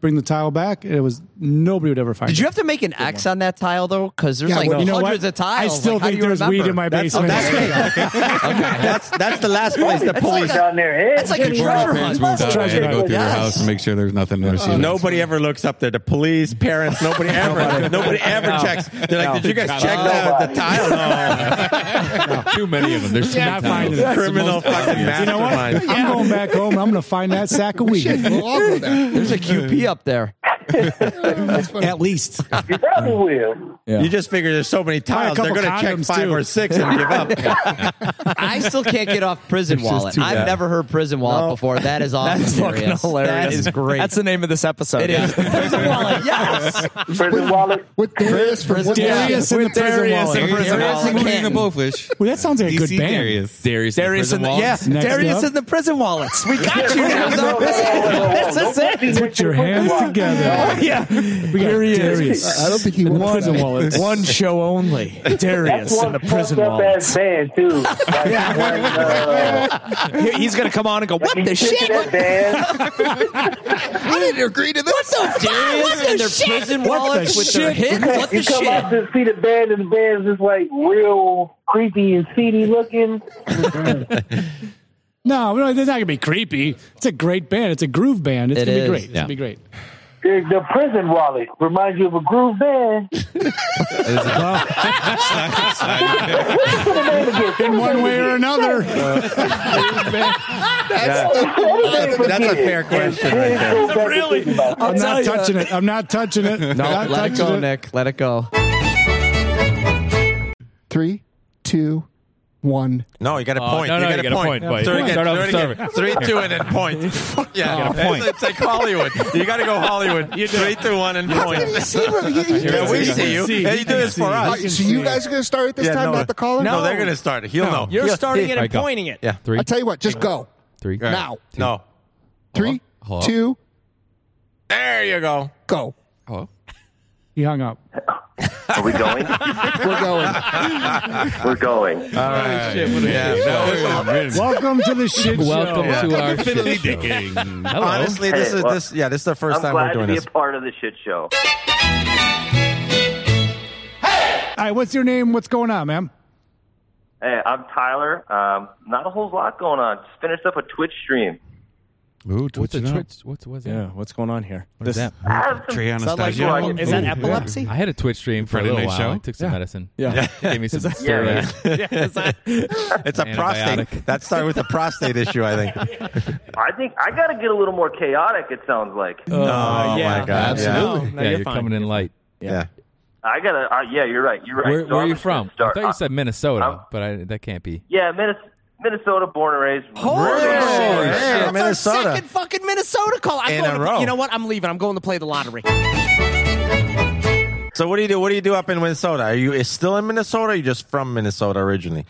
S6: bring the tile back. It was nobody would ever find.
S10: Did
S6: it.
S10: you have to make an X on that tile though? Because there's
S6: Yeah,
S10: like
S6: well, you know
S10: hundreds
S6: what?
S10: of tiles.
S6: I still
S10: Like, how
S6: think
S10: do you
S6: there's weed
S10: remember?
S6: in my basement.
S2: that's, that's the last place the
S10: That's like
S2: police.
S10: a- Down
S13: there.
S10: That's like a
S12: Before my
S10: treasure
S12: parents
S10: hunt.
S12: moved out, I had to go
S10: Yes.
S12: through your house and make sure there's nothing there. See,
S2: Nobody ever looks up there. The police, parents, nobody ever, nobody ever
S12: No.
S2: checks. They're
S12: No.
S2: like, "Did you guys
S12: Nobody.
S2: check the, the tile?"
S12: Too many of them. There's too
S6: not
S12: many times.
S6: finding it.
S10: *laughs*
S2: Criminal fucking
S6: You know what?
S2: mastermind.
S6: I'm going back home. I'm going to find that sack of weed. *laughs*
S10: There's a QP up there.
S6: At least.
S10: *laughs*
S13: You probably will.
S2: You just figure there's so many
S6: Buy a
S2: tiles, they're
S6: couple
S2: going to check
S6: condoms,
S2: five
S6: too.
S2: or six
S7: *laughs*
S2: and give up.
S10: I still can't get off prison
S7: It's just
S10: wallet.
S7: too
S10: I've
S7: bad.
S10: never heard prison wallet before. That is awesome.
S7: That's fucking
S10: serious.
S7: hilarious.
S10: That is great.
S7: That's the name of this episode.
S10: It is. Prison wallet. Yes.
S13: Prison wallet.
S3: With Darius from
S7: Prison
S6: Darius and the prison
S7: Darius
S6: wallet.
S7: and prison
S10: Darius
S7: wallet.
S10: and
S12: Moving the blowfish.
S6: Well, that sounds like a good
S12: DC
S6: band.
S12: Darius.
S8: Darius,
S7: Darius and the, yeah,
S6: Next
S7: Darius
S6: up.
S7: and the prison wallets. We got you now. That's just it. Oh,
S6: Put your hands together.
S7: Yeah, here he is.
S3: I don't think he wants
S7: One,
S3: that.
S7: *laughs* one show only.
S13: That's
S7: Darius
S13: one
S7: and the prison
S13: fucked up
S7: wallets.
S13: ass band
S7: *laughs*
S13: too. Like, when, uh,
S7: He- He's gonna come on and go. What
S13: you
S7: the
S13: sit in
S7: shit?
S13: That band.
S2: *laughs*
S3: I didn't agree to this. What
S10: Darius and their prison wallets with their hit. What the
S13: you come
S10: shit?
S13: out to see the band, and the band's just like real creepy and seedy looking.
S6: No, no, it's not going to be creepy. It's a great band. It's a groove band. It's
S10: It
S6: going to be
S10: is.
S6: great. It's
S8: Yeah.
S6: going to be great.
S13: The, the prison wallet reminds you of a
S10: *laughs*
S13: groove band.
S6: *laughs* In one way or *laughs* another.
S7: *laughs*
S13: that's,
S6: that's a fair question right there.
S13: Really?
S6: I'm not touching it. I'm not touching it.
S3: *laughs*
S10: No,
S6: Not
S10: let it
S6: touching
S10: go, Nick. Let it go.
S3: Three, two, one.
S2: No, you got a
S3: Oh,
S2: point.
S3: no,
S2: you
S3: no,
S2: got
S3: you
S2: a
S3: got a point,
S2: point.
S3: buddy.
S2: Three, again,
S3: Start off
S2: do it
S3: the
S2: again.
S3: server.
S2: Three, two, and then point.
S3: *laughs*
S2: yeah,
S3: You got a point.
S2: It's, it's like Hollywood. You got to go Hollywood. Three, two, one, and point.
S3: You see what- you- you-
S2: *laughs* yeah, we
S3: you
S2: see you.
S3: see.
S2: Hey, you do this for
S3: Oh,
S2: us.
S3: So you guys are going to start it this
S2: Yeah,
S3: time,
S2: no.
S3: not the caller?
S2: No, they're going to start it. He'll know.
S3: You're
S2: He'll-
S3: starting
S2: he-
S3: it and
S2: All right, go.
S3: pointing it.
S2: Yeah, three.
S3: I'll tell you what, just go.
S2: Three.
S3: Now.
S2: No.
S3: Three,
S2: Hello? *laughs*
S3: two,
S2: There you go.
S3: Go.
S2: Hello.
S6: He hung up.
S14: Are we
S8: *laughs*
S14: going?
S3: We're going.
S14: We're going. All
S2: right. yeah, that was-
S6: Welcome to *laughs* the shit show.
S2: Yeah.
S6: Fiddly digging. Hello.
S2: Honestly, this
S14: Hey,
S2: is
S14: well,
S2: this. Yeah, this is the 1st
S14: I'm
S2: time
S14: glad
S2: we're doing
S14: to be
S2: this.
S14: a part of the shit show.
S6: All right, what's your name? What's going on, ma'am?
S14: Hey, I'm Tyler. Um, not a whole lot going on. Just finished up a Twitch stream.
S6: Ooh,
S7: What's a Twitch?
S8: What's what's
S7: that? Yeah, what's going on here?
S8: What is that?
S7: Is that epilepsy?
S8: I had a Twitch stream for
S7: Friday
S8: a
S7: night
S8: little while.
S7: show?
S8: I took some
S7: Yeah.
S8: medicine.
S7: Yeah.
S8: They gave me some
S7: Yeah,
S2: *laughs*
S7: yeah.
S8: steroids.
S2: It's a prostate.
S8: Antibiotic.
S2: That started with a prostate issue, I think.
S14: *laughs* I think I got to get a little more chaotic. It sounds like.
S2: Oh, my God.
S8: Yeah, you're, coming in light.
S2: Yeah.
S14: I gotta. Uh, yeah, you're right. You're right.
S8: Where,
S14: So
S8: where are
S14: I'm
S8: you
S14: just gonna
S8: from? I
S14: start-
S8: thought you said Minnesota,
S14: I'm-
S8: but I, that can't be.
S14: yeah, Minnesota, Minnesota, born and raised.
S7: Holy
S14: Really?
S7: shit.
S2: Yeah,
S7: That's
S2: Minnesota.
S7: our second fucking Minnesota call. I'm
S2: In
S7: going
S2: a
S7: to,
S2: row.
S7: You know what? I'm leaving. I'm going to play the lottery.
S2: So what do you do? What do you do up in Minnesota? Are you is still in Minnesota? Or are you just from Minnesota originally?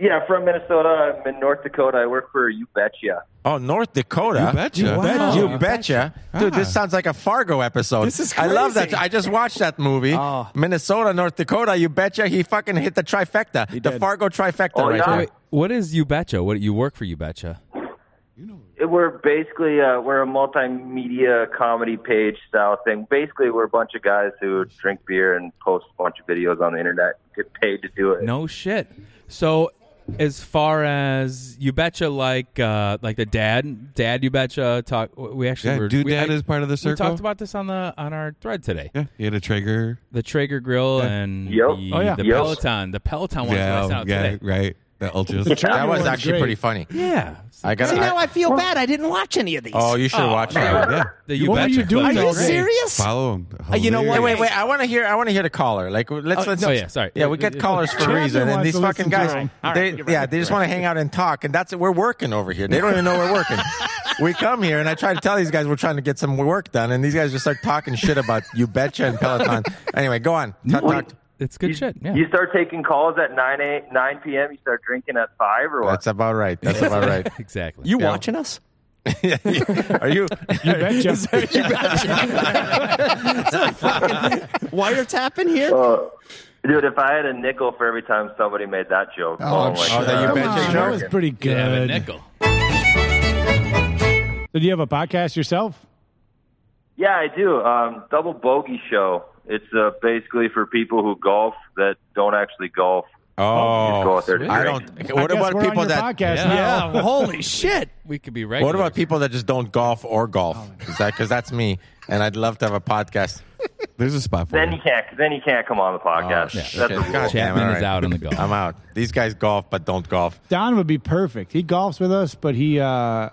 S14: Yeah, from Minnesota. I'm in North Dakota. I work for You Betcha.
S2: Oh, North Dakota.
S14: You betcha. Wow.
S2: You betcha. Dude, this sounds like a Fargo episode.
S14: This is
S2: I love that.
S14: crazy.
S2: I just watched that movie.
S3: Oh.
S2: Minnesota, North Dakota. You betcha. He fucking hit the trifecta. The Fargo trifecta
S6: Oh,
S3: Oh,
S2: right
S14: yeah.
S2: there.
S8: What is You Betcha? What you work for You Betcha?
S14: It- We're basically uh, we're a multimedia comedy page style thing. Basically, we're a bunch of guys who drink beer and post a bunch of videos on the internet, get paid to do it.
S8: No shit. So, as far as you betcha, like uh, like the dad, dad, you betcha. Talk. We actually
S12: Yeah,
S8: were,
S12: Dude
S8: we,
S12: Dad
S8: I-
S12: is part of the
S8: We
S12: circle.
S8: talked about this on the on our thread today.
S12: Yeah, he had a Traeger.
S8: The Traeger grill and
S12: Yep.
S8: the,
S12: Oh, yeah.
S8: the
S12: Yep.
S8: Peloton. The Peloton one
S12: Yeah,
S8: was out
S12: yeah,
S8: today.
S12: right. The ultras.
S8: That
S2: That was actually pretty funny.
S8: Yeah.
S2: I got
S7: See, now
S2: I,
S7: I feel bad. I didn't watch any of these.
S2: Oh, you should watch that.
S12: Yeah.
S8: The
S12: What were you doing
S7: Are you
S12: all day?
S7: serious?
S12: Follow him.
S7: Uh, you know what?
S2: Wait, wait, wait! I want to hear. I want to hear the caller. Like, let's
S8: Oh,
S2: let's.
S8: oh, yeah, sorry.
S2: Yeah, we get callers for a
S8: Champion
S2: reason, and
S8: wants
S2: these
S8: to listen to
S2: fucking guys,
S8: him. All right,
S2: they,
S8: you're right,
S2: yeah, they
S8: you're
S2: just want to hang out and talk, and that's it. We're working over here. They don't even know
S8: *laughs*
S2: we're working. we come here, and I try to tell these guys we're trying to get some work done, and these guys just start talking shit about you betcha and Peloton. Anyway, go on. Talk, talk.
S8: It's good shit. Yeah.
S14: You start taking calls at nine eight nine p.m. You start drinking at five or what?
S2: That's about right.
S8: *laughs*
S2: That's about right.
S8: exactly.
S7: You
S2: Yeah.
S8: *laughs*
S7: watching us?
S2: *laughs* Are you?
S6: You *laughs* betcha.
S7: *laughs* wiretapping here?
S14: Oh, dude, if I had a nickel for every time somebody made that joke,
S6: Oh,
S14: my
S6: shit.
S14: God.
S6: Come on, that was pretty good.
S8: Yeah, but nickel.
S6: Did you have a podcast yourself?
S14: Yeah, I do. Um, Double Bogey Show. It's uh, basically for people who golf that don't actually golf.
S2: Oh,
S14: Just go out there to
S2: I
S14: drink.
S2: don't. What about people that? *laughs*
S7: Yeah. holy shit.
S8: We could be
S2: What
S8: regular.
S2: about people that just don't golf or golf? Is that because that's me, and I'd love to have a podcast.
S12: There's a spot
S14: Then you can't. Then you can't come on the podcast.
S2: Oh,
S14: That's the rule.
S8: Chapman is out on the golf.
S2: I'm out. These guys golf but don't golf.
S6: Don would be perfect. He golfs with us, but he. Uh,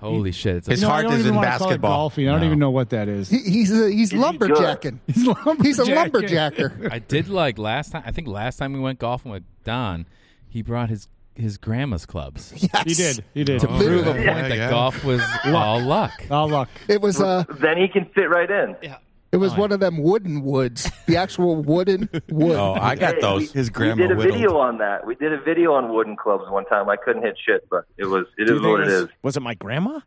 S8: Holy shit! It's
S2: His
S6: you know, I
S2: heart
S6: don't
S2: is
S6: even
S2: in
S6: wanna call it
S2: basketball.
S6: golfing. I don't even know what that is.
S3: He, he's a, he's
S6: Is he good?
S3: lumberjacking.
S6: *laughs* He's lumberjacking.
S3: He's a lumberjacker.
S8: *laughs* I did like last time. I think last time we went golfing with Don, he brought his his grandma's clubs.
S6: He did. He did.
S8: To prove a point
S6: Yeah,
S8: that
S6: yeah.
S8: golf was all luck.
S6: All luck.
S3: It was uh,
S14: then he can fit right in. Yeah.
S3: it was one of them wooden woods, the actual
S7: *laughs*
S3: wooden wood.
S2: Oh, I got those.
S12: His
S14: we did a video on that. We did a video on wooden clubs one time. I couldn't hit shit, but it was it is
S7: Dude,
S14: what
S7: there
S14: it
S7: was-
S14: is.
S7: Was it my grandma?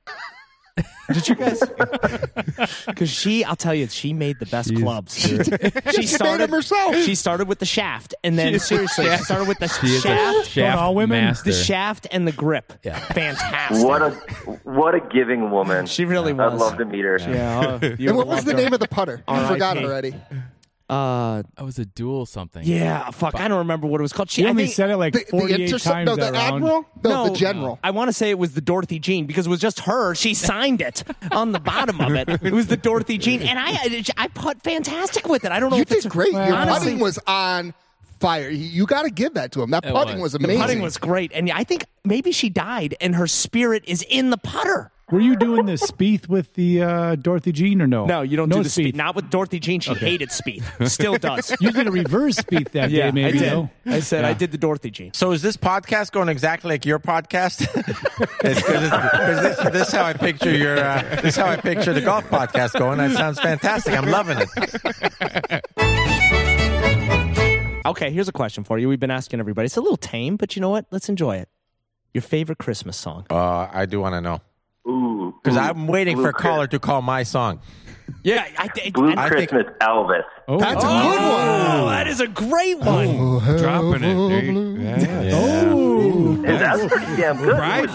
S7: Did you *laughs* guys? Because she, I'll tell you, she made the
S2: *laughs*
S7: best clubs. *laughs* dude.
S3: She made them herself.
S7: She started with the shaft, and then
S8: She is a
S7: seriously, she
S8: shaft-
S7: started with the
S8: she is a
S7: shaft,
S8: shaft Not all women. master.
S7: the shaft and the grip. Yeah, fantastic.
S14: What a what a giving woman.
S7: She really
S14: I'd
S7: was.
S14: love to meet her.
S7: Yeah, oh, you
S3: and
S7: would
S3: what was
S7: love
S3: the
S7: to.
S3: name of the putter? I
S7: R.I.P..
S3: forgot already.
S7: Uh,
S8: it was a duel something.
S7: Yeah, fuck, I don't remember what it was called.
S8: You only
S7: I think-
S8: said it, like,
S6: The- the 48 intercept- times no, the that round. admiral? No, the general.
S7: I want to say it was the Dorothy Jean because it was just her. She signed it on the bottom of it. It was the Dorothy Jean, and I I, I putt fantastic with it. I don't know.
S3: You
S7: if it's
S3: did great. Your
S7: Honestly,
S3: putting was on fire. You got to give that to him. That
S7: It
S3: putting was. amazing.
S7: The putting was great, and I think maybe she died, and her spirit is in the putter.
S6: Were you doing the speeth with the uh, Dorothy Jean or no?
S7: No, you don't
S6: no
S7: do the speed. Not with Dorothy Jean. She hated speed. Still does.
S6: *laughs* You did a reverse speeth that
S7: yeah,
S6: day, maybe.
S7: I did.
S6: no?
S7: I said I
S6: Yeah.
S7: did the Dorothy Jean.
S2: So is this podcast going exactly like your podcast? *laughs* Because this, this is how I picture your uh, this is how I picture the golf podcast going. That sounds fantastic. I'm loving it.
S7: Okay, here's a question for you. We've been asking everybody. It's a little tame, but you know what? Let's enjoy it. Your favorite Christmas song?
S2: Uh, I do want to know
S14: *laughs* Ooh,
S2: because
S14: ooh,
S2: I'm waiting for a
S14: Blue
S2: caller to call my song.
S7: Yeah, I, I,
S14: Blue
S2: I think-
S14: Christmas, Elvis.
S2: Oh.
S14: That's
S7: good
S14: a
S7: one. Oh, that is a great one.
S14: Dropping it, dude. Oh, that's pretty damn good. Right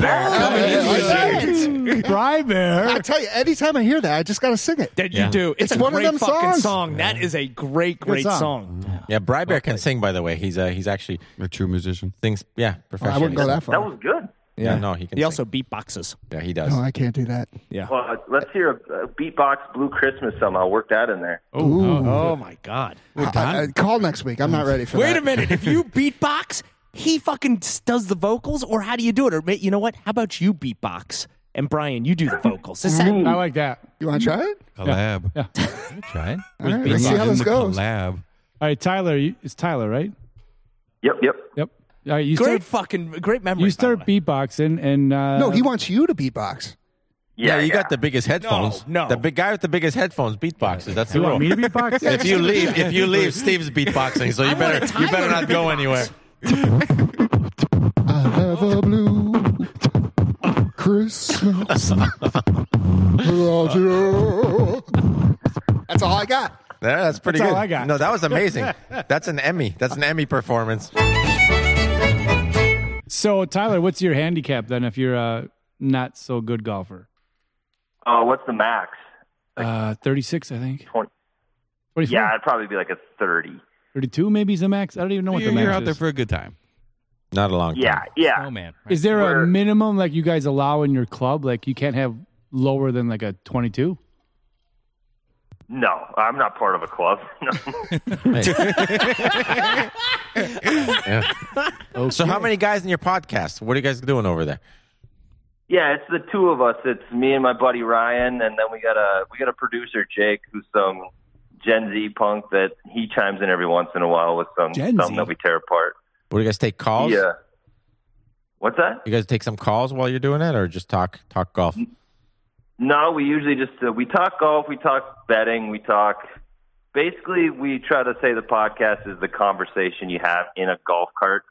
S7: *laughs*
S6: Bry Bear.
S3: I tell you, anytime I hear that, I just got to sing it.
S7: That you do. It's,
S3: It's,
S7: a
S3: one
S7: great
S3: of them
S7: fucking
S3: songs.
S7: song. That is a great, great song.
S3: song.
S2: Yeah, Bry Bear can sing. By the way, he's uh, he's actually a true musician. Things, yeah, professional.
S14: was good.
S2: Yeah, no, he can.
S7: He also beatboxes.
S2: Yeah, he does.
S3: No, I can't do that.
S7: Yeah.
S14: Well, uh, let's hear a, a beatbox Blue Christmas somehow. Work that in there.
S3: Ooh.
S7: Oh my God.
S3: I- I- call next week. I'm not ready for
S7: Wait
S3: that.
S7: a minute. If you beatbox, he fucking s- does the vocals, or how do you do it? Or ma- you know what? How about you beatbox and Brian, you do the vocals. Is that-
S6: I like that.
S3: You want to try it?
S12: Collab. Yeah. Try it.
S6: All right, let's
S12: Beatbox
S6: see how
S12: in
S6: this
S12: the
S6: goes.
S12: Collab.
S6: All right, Tyler. You, it's Tyler, right?
S14: Yep. Yep.
S6: Yep. All right, you
S7: great
S6: start.
S7: fucking great memory.
S6: You start beatboxing, and uh,
S3: no, he wants you to beatbox.
S2: Yeah, you got the biggest headphones.
S7: No, no.
S2: the big guy with the biggest headphones beatboxes. That's the
S6: You
S2: rule.
S6: want me to beatbox?
S2: *laughs* if you leave, if you leave, Steve's beatboxing. So you better, you better not go anywhere.
S3: *laughs* I have a blue
S7: *laughs*
S3: Christmas without you. That's all I got.
S2: Yeah, that's pretty
S3: That's
S2: good.
S3: all I got.
S2: No, that was amazing.
S7: *laughs*
S2: that's an Emmy. That's an Emmy performance.
S6: so, Tyler, what's your handicap then? If you're a not so good golfer,
S14: Oh, what's the max?
S6: uh, 36, I think.
S14: 20.
S6: 24?
S14: Yeah, it'd probably be like a thirty.
S6: 32 maybe is the max. I don't even know what the
S12: You're-
S6: max
S12: you're out
S6: is.
S12: there for a good time.
S2: Not a long
S14: Yeah. Yeah.
S8: Oh, man.
S6: Is there a minimum like you guys allow in your club? Like you can't have lower than like a 22?
S14: No, I'm not part of a club.
S8: *laughs*
S14: *laughs*
S2: Yeah. So how many guys in your podcast? What are you guys doing over there?
S14: yeah, it's the two of us. It's me and my buddy Ryan, and then we got a we got a producer Jake, who's some Gen Z punk that he chimes in every once in a while with some
S2: Gen Z?
S14: something that we tear apart.
S2: What do you guys take calls?
S14: Yeah. What's that?
S2: You guys take some calls while you're doing it, or just talk talk golf?
S14: No, we usually just uh, we talk golf, we talk betting, we talk. Basically, we try to say the podcast is the conversation you have in a golf cart.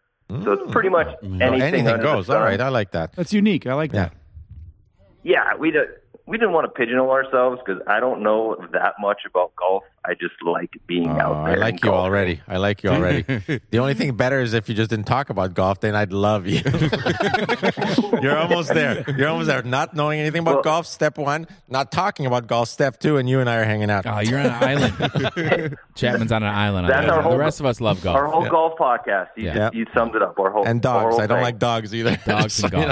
S14: So it's pretty much anything,
S2: Oh, anything
S14: under the
S2: goes. All
S14: sun.
S2: right, I like that.
S6: That's unique. I like that.
S14: Yeah, we do, we didn't want to pigeonhole ourselves because I don't know that much about golf. I just like being
S2: Oh,
S14: out
S2: I
S14: there.
S2: like you already. I like you
S8: *laughs*
S2: already. the only thing better is if you just didn't talk about golf, then I'd
S8: *laughs*
S2: love you. You're almost there. You're almost there. Not knowing anything about golf, step one. Not talking about golf, step two. And you and I are hanging out.
S8: Oh, you're on an
S14: *laughs*
S8: island. Chapman's on an island.
S2: That's
S8: on that.
S2: our whole-
S8: the rest of us love golf.
S14: Our whole golf podcast. You,
S8: Yeah.
S14: just, you summed it up. Our whole
S2: and
S14: our
S2: dogs.
S14: whole
S2: I don't
S14: thing.
S2: like dogs either.
S8: Dogs and
S2: *laughs* So, you know,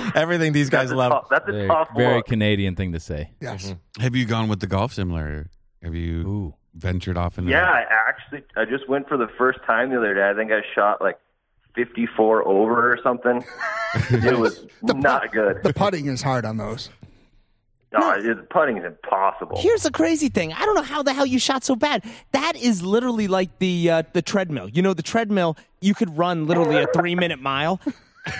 S8: golf.
S2: Everything these guys love.
S14: that's
S8: Very-
S12: tough
S8: very
S12: look.
S8: Canadian thing to say.
S3: Yes.
S12: Have you gone with the golf simulator? Have you ventured off in?
S14: Yeah, I actually, I just went for the first time the other day. I think I shot like 54 over or
S2: *laughs*
S14: something. it was not good.
S3: The putting is hard on those.
S14: Oh, it- putting is impossible.
S7: Here's the crazy thing. I don't know how the hell you shot so bad. That is literally like the uh, the treadmill. You know, the treadmill. You could run literally a three minute mile.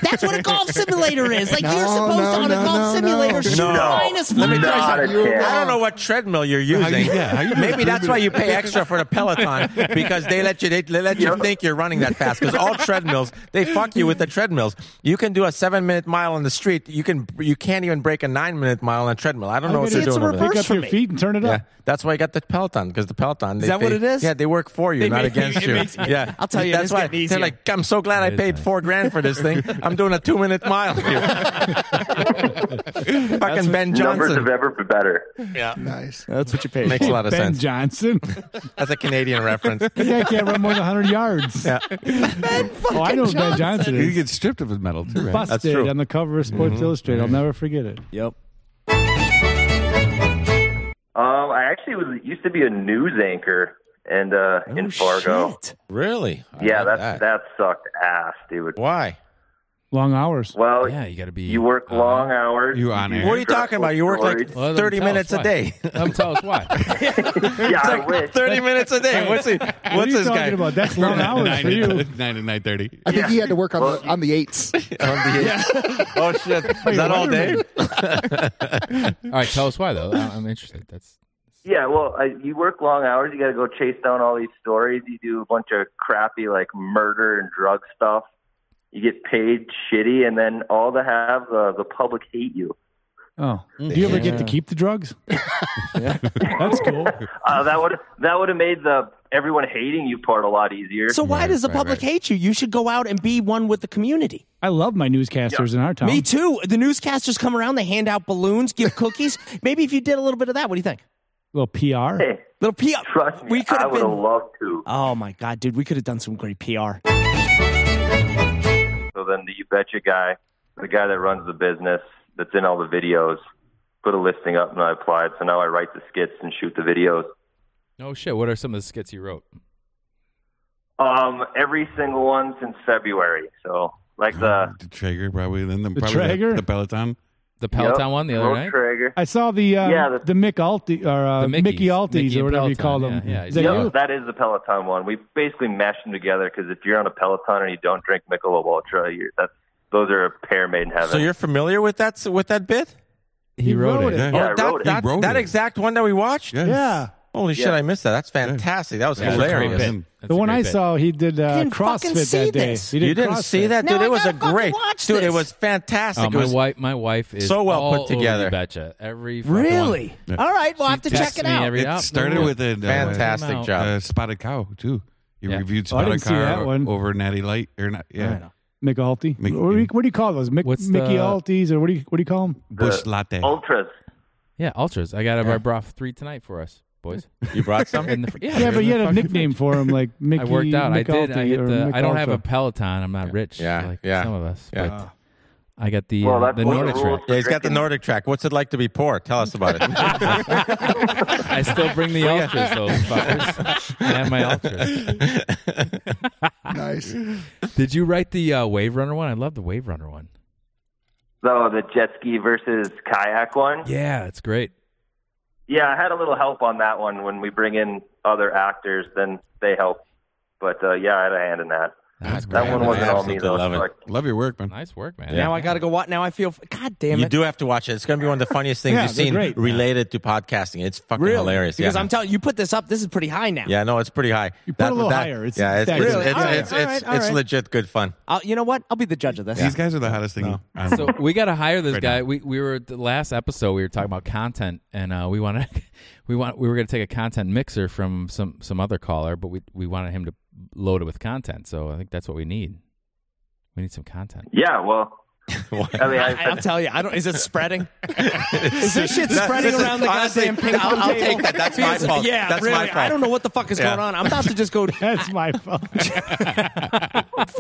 S7: That's what a golf simulator is. Like you're
S9: No,
S7: supposed
S9: no,
S7: to on a
S9: no,
S7: golf
S9: no,
S7: simulator
S9: no.
S7: shoot
S9: No.
S7: a minus
S9: Let me
S7: five.
S9: tell you
S2: I
S9: something. You're
S2: don't
S9: wrong.
S2: know what treadmill you're
S6: *laughs*
S2: using.
S9: yeah, how you doing
S2: Maybe
S9: three
S2: that's why you
S9: minutes?
S2: pay extra for the Peloton because they let you they, they let you think you're running that fast. Because all treadmills they fuck you with the treadmills. You can do a seven minute mile on the street. You can you can't even break a nine minute mile on a treadmill. I don't know what they're doing. over there.
S6: Pick up your feet and turn it
S2: Yeah,
S6: up.
S2: that's why I got the Peloton because the Peloton. They,
S6: Is that
S2: they-
S6: what it is?
S2: Yeah, they work for you,
S6: They
S2: not
S6: make you-
S2: against
S6: it
S2: you.
S6: makes-
S2: yeah,
S6: I'll tell you, it
S2: that's
S6: is
S2: why
S6: getting easier.
S2: they're like, I'm so glad I paid four grand for this thing. I'm doing a two minute mile here. Fucking Ben
S14: Numbers
S2: Johnson. *laughs*
S14: have ever been better.
S2: Yeah.
S3: Nice.
S2: That's what you pay. Makes a lot of
S6: ben
S2: sense.
S6: *laughs*
S2: *laughs*
S6: Johnson.
S2: That's a Canadian reference.
S6: *laughs* yeah, can't run more than 100 yards.
S2: Yeah.
S6: oh, I know who Ben Johnson
S12: He
S6: is.
S12: gets stripped of his medal too. Right?
S6: Busted on the cover of Sports
S2: Mm-hmm.
S12: Mhm.
S6: Illustrated. I'll never forget it.
S15: Yep.
S14: Um, I actually was used to be a news anchor and uh,
S2: Oh,
S14: in Fargo.
S2: Really?
S14: Yeah, that that sucked ass, dude.
S2: Why?
S6: Long hours.
S14: Well,
S6: yeah, you
S8: got to be.
S14: You work long hours. You
S12: on
S2: What are you talking about? You work like
S8: Well, then
S2: 30
S8: tell us
S2: minutes a
S8: why.
S2: day.
S8: Don't tell us
S2: *laughs*
S8: why.
S14: yeah, I wish.
S2: 30 minutes a
S8: *laughs*
S2: day. What's he?
S12: What
S2: What's
S12: are you
S2: this guy?
S12: talking about? *laughs* That's long hours
S2: Nine
S12: for
S2: to-
S12: you.
S2: Nine to nine thirty.
S3: I think he had to work on the on the
S2: *laughs*
S3: eights.
S2: Oh shit! Is that all day?
S16: all right, tell us why though. I- I'm interested. That's
S14: *laughs* Yeah, well, I, you work long hours. You got to go chase down all these stories. You do a bunch of crappy like murder and drug stuff. You get paid shitty, and then all to have uh, the public hate you.
S6: Oh, do you ever get to
S12: Yeah.
S6: keep the drugs?
S14: *laughs*
S6: That's cool.
S14: Uh, that would that would have made the everyone hating you part a lot easier.
S7: So why does the public hate you? You should go out and be one with the community.
S6: I love my newscasters in our town.
S7: Me too. The newscasters come around, they hand out balloons, give cookies. Maybe if you did a little bit of that, what do you think?
S6: Little PR.
S7: Little PR.
S14: Trust
S7: we could have been.
S14: loved to.
S7: Oh my god, dude, we could have done some great PR.
S14: So then the You Betcha guy, the guy that runs the business that's in all the videos, put a listing up and I applied. So now I write the skits and shoot the videos.
S8: No shit. What are some of the skits you wrote?
S14: Um, every single one since February. So like the
S12: The Traeger probably. Then the, probably
S6: Traeger?
S12: The, the Peloton.
S8: The
S14: Yep, Will Traeger.
S6: I saw the uh,
S14: Yeah,
S6: the, Mick Alti or uh,
S14: The Mickeys.
S6: Mickey Altis
S14: Mickey
S6: or whatever you
S14: Peloton,
S6: call them.
S14: yeah,
S6: Is that
S14: Yep,
S6: you?
S14: that is the Peloton one. We basically mashed them together because if you're on a Peloton and you don't drink Michelob Ultra, you're, that's those are a pair made in heaven.
S2: So you're familiar with that with that bit? He
S14: wrote it. Yeah, I
S2: that,
S14: wrote it.
S2: That,
S14: He wrote
S2: that
S14: it.
S2: exact one that we watched.
S6: Yes. Yeah.
S2: Holy shit!
S6: Yeah.
S2: I missed that. That's fantastic. That was
S6: Yeah, that's a great
S2: hilarious.
S6: bit. The one I saw, he did uh, CrossFit that day. He did
S2: you didn't
S6: CrossFit.
S2: see that, dude. it was a great, dude. It was fantastic.
S8: Oh, my
S2: it was
S8: wife, my wife is
S2: so well
S8: all
S2: put together.
S8: Over betcha every fucking
S7: Really?
S8: One.
S7: All right, well, I have to
S8: She
S7: check
S8: texts
S7: it
S8: me
S7: out.
S8: every-
S12: It
S8: Yeah,
S12: started
S8: no,
S12: with a uh,
S2: Fantastic
S12: uh,
S2: job.
S12: spotted cow too. You reviewed
S6: Oh, I
S12: spotted
S6: didn't see
S12: cow
S6: that one.
S12: over Natty Light or not?
S6: I
S12: Yeah,
S6: know. Mick Alti. what, do you, what do you call those? Mick,
S8: What's
S6: Mickey
S8: the-
S6: Altis or what do you what do you call them?
S12: Bush Latte.
S14: Ultras.
S8: Yeah, ultras. I got I brought three tonight for us boys.
S2: *laughs* You brought some?
S8: In the, fr- yeah,
S6: Yeah, but you had a nickname for him, like Mickey.
S8: I worked out. I
S6: Mick
S8: did. I,
S6: Alti
S8: hit
S6: or
S8: the,
S6: Mick
S8: I don't have a
S6: Ultra.
S8: Peloton. I'm not rich.
S2: Yeah, Oh.
S8: like
S2: yeah,
S8: Some of us.
S2: yeah.
S8: But I got the
S2: Well,
S8: uh,
S2: that's
S8: the
S2: one of the
S8: Nordic
S2: rules
S8: track.
S2: for Yeah, he's got the drinking. Nordic track. What's it like to be poor? Tell
S12: *laughs*
S2: us about it.
S8: I still bring the ultras, though, fuckers. I have my ultras.
S3: nice.
S8: Did you write the uh, Wave Runner one? I love the Wave Runner one.
S14: So the jet ski versus kayak one.
S8: Yeah, it's great.
S14: Yeah, I had a little help on that one. When we bring in other actors, then they help. But uh, yeah, I had a hand in that. that
S12: great.
S14: one wasn't
S12: I
S14: all me
S12: absolutely
S14: though.
S12: love it.
S14: Like,
S12: Love your work, man.
S8: Nice work, man.
S7: Now I got to go. What? Now I feel. God damn it.
S2: you do have to watch it. It's going to be
S7: *laughs*
S2: one of the funniest things
S7: Yeah,
S2: you've
S7: they're
S2: seen
S7: great.
S2: related to podcasting. It's fucking
S7: Really?
S2: hilarious.
S7: Because
S2: yeah.
S7: I'm telling you, put this up. This is pretty high now.
S2: yeah, no, it's pretty high. You put
S7: a little higher. It's-
S2: yeah, it's,
S7: thanks.
S2: it's,
S7: Really?
S2: it's,
S7: All right,
S2: it's,
S7: all
S2: it's,
S7: right, all
S2: it's
S7: right.
S2: legit good fun.
S7: I'll, you know what? I'll be the judge of this.
S12: These guys are the hottest thing. on-
S8: So we got to hire this
S12: Right
S8: guy. We we were the last episode we were talking about content, and uh, we wanted *laughs* we want we were going to take a content mixer from some some other caller, but we we wanted him to load it with content. So I think that's what we need. We need some content.
S14: yeah, well. I mean, I,
S7: I'll tell you. I don't. Is it *laughs* spreading?
S8: Is
S7: is this shit
S2: That-
S7: spreading
S2: this is-
S7: around the
S2: honestly,
S7: goddamn ping
S2: I'll-
S7: pong
S2: I'll
S7: table?
S2: take that. That's my
S7: Because-
S2: fault.
S7: Yeah,
S2: That's my
S7: really. I
S2: fault.
S7: don't know what the fuck is
S2: Yeah.
S7: going on. I'm about to just go.
S6: That's my fault.
S7: Fu-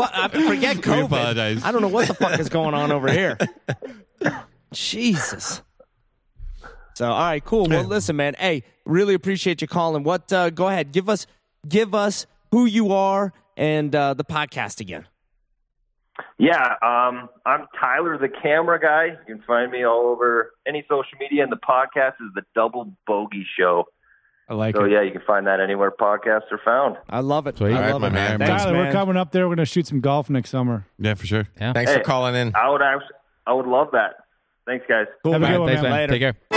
S7: uh, forget
S12: We
S7: COVID.
S12: apologize.
S7: I don't know what the fuck is going on
S12: *laughs*
S7: over here. Jesus. So all right, cool. Well, listen, man. Hey, really appreciate you calling. What? Uh, go ahead. Give us, give us who you are and uh, the podcast again.
S14: Yeah, um, I'm Tyler, the camera guy. You can find me all over any social media, and the podcast is the Double Bogey Show.
S6: I like
S14: so
S6: it.
S14: yeah, you can find that anywhere podcasts are found.
S7: I love it.
S6: Sweet.
S14: I All love right, my it, man. man. Thanks,
S6: Tyler, we're
S14: man.
S6: coming up there. We're gonna shoot some golf next summer.
S12: Yeah, for sure.
S8: Yeah.
S14: Hey, I would, act- I would love that. Thanks, guys.
S6: Have a good one, man. Later.
S8: Take care.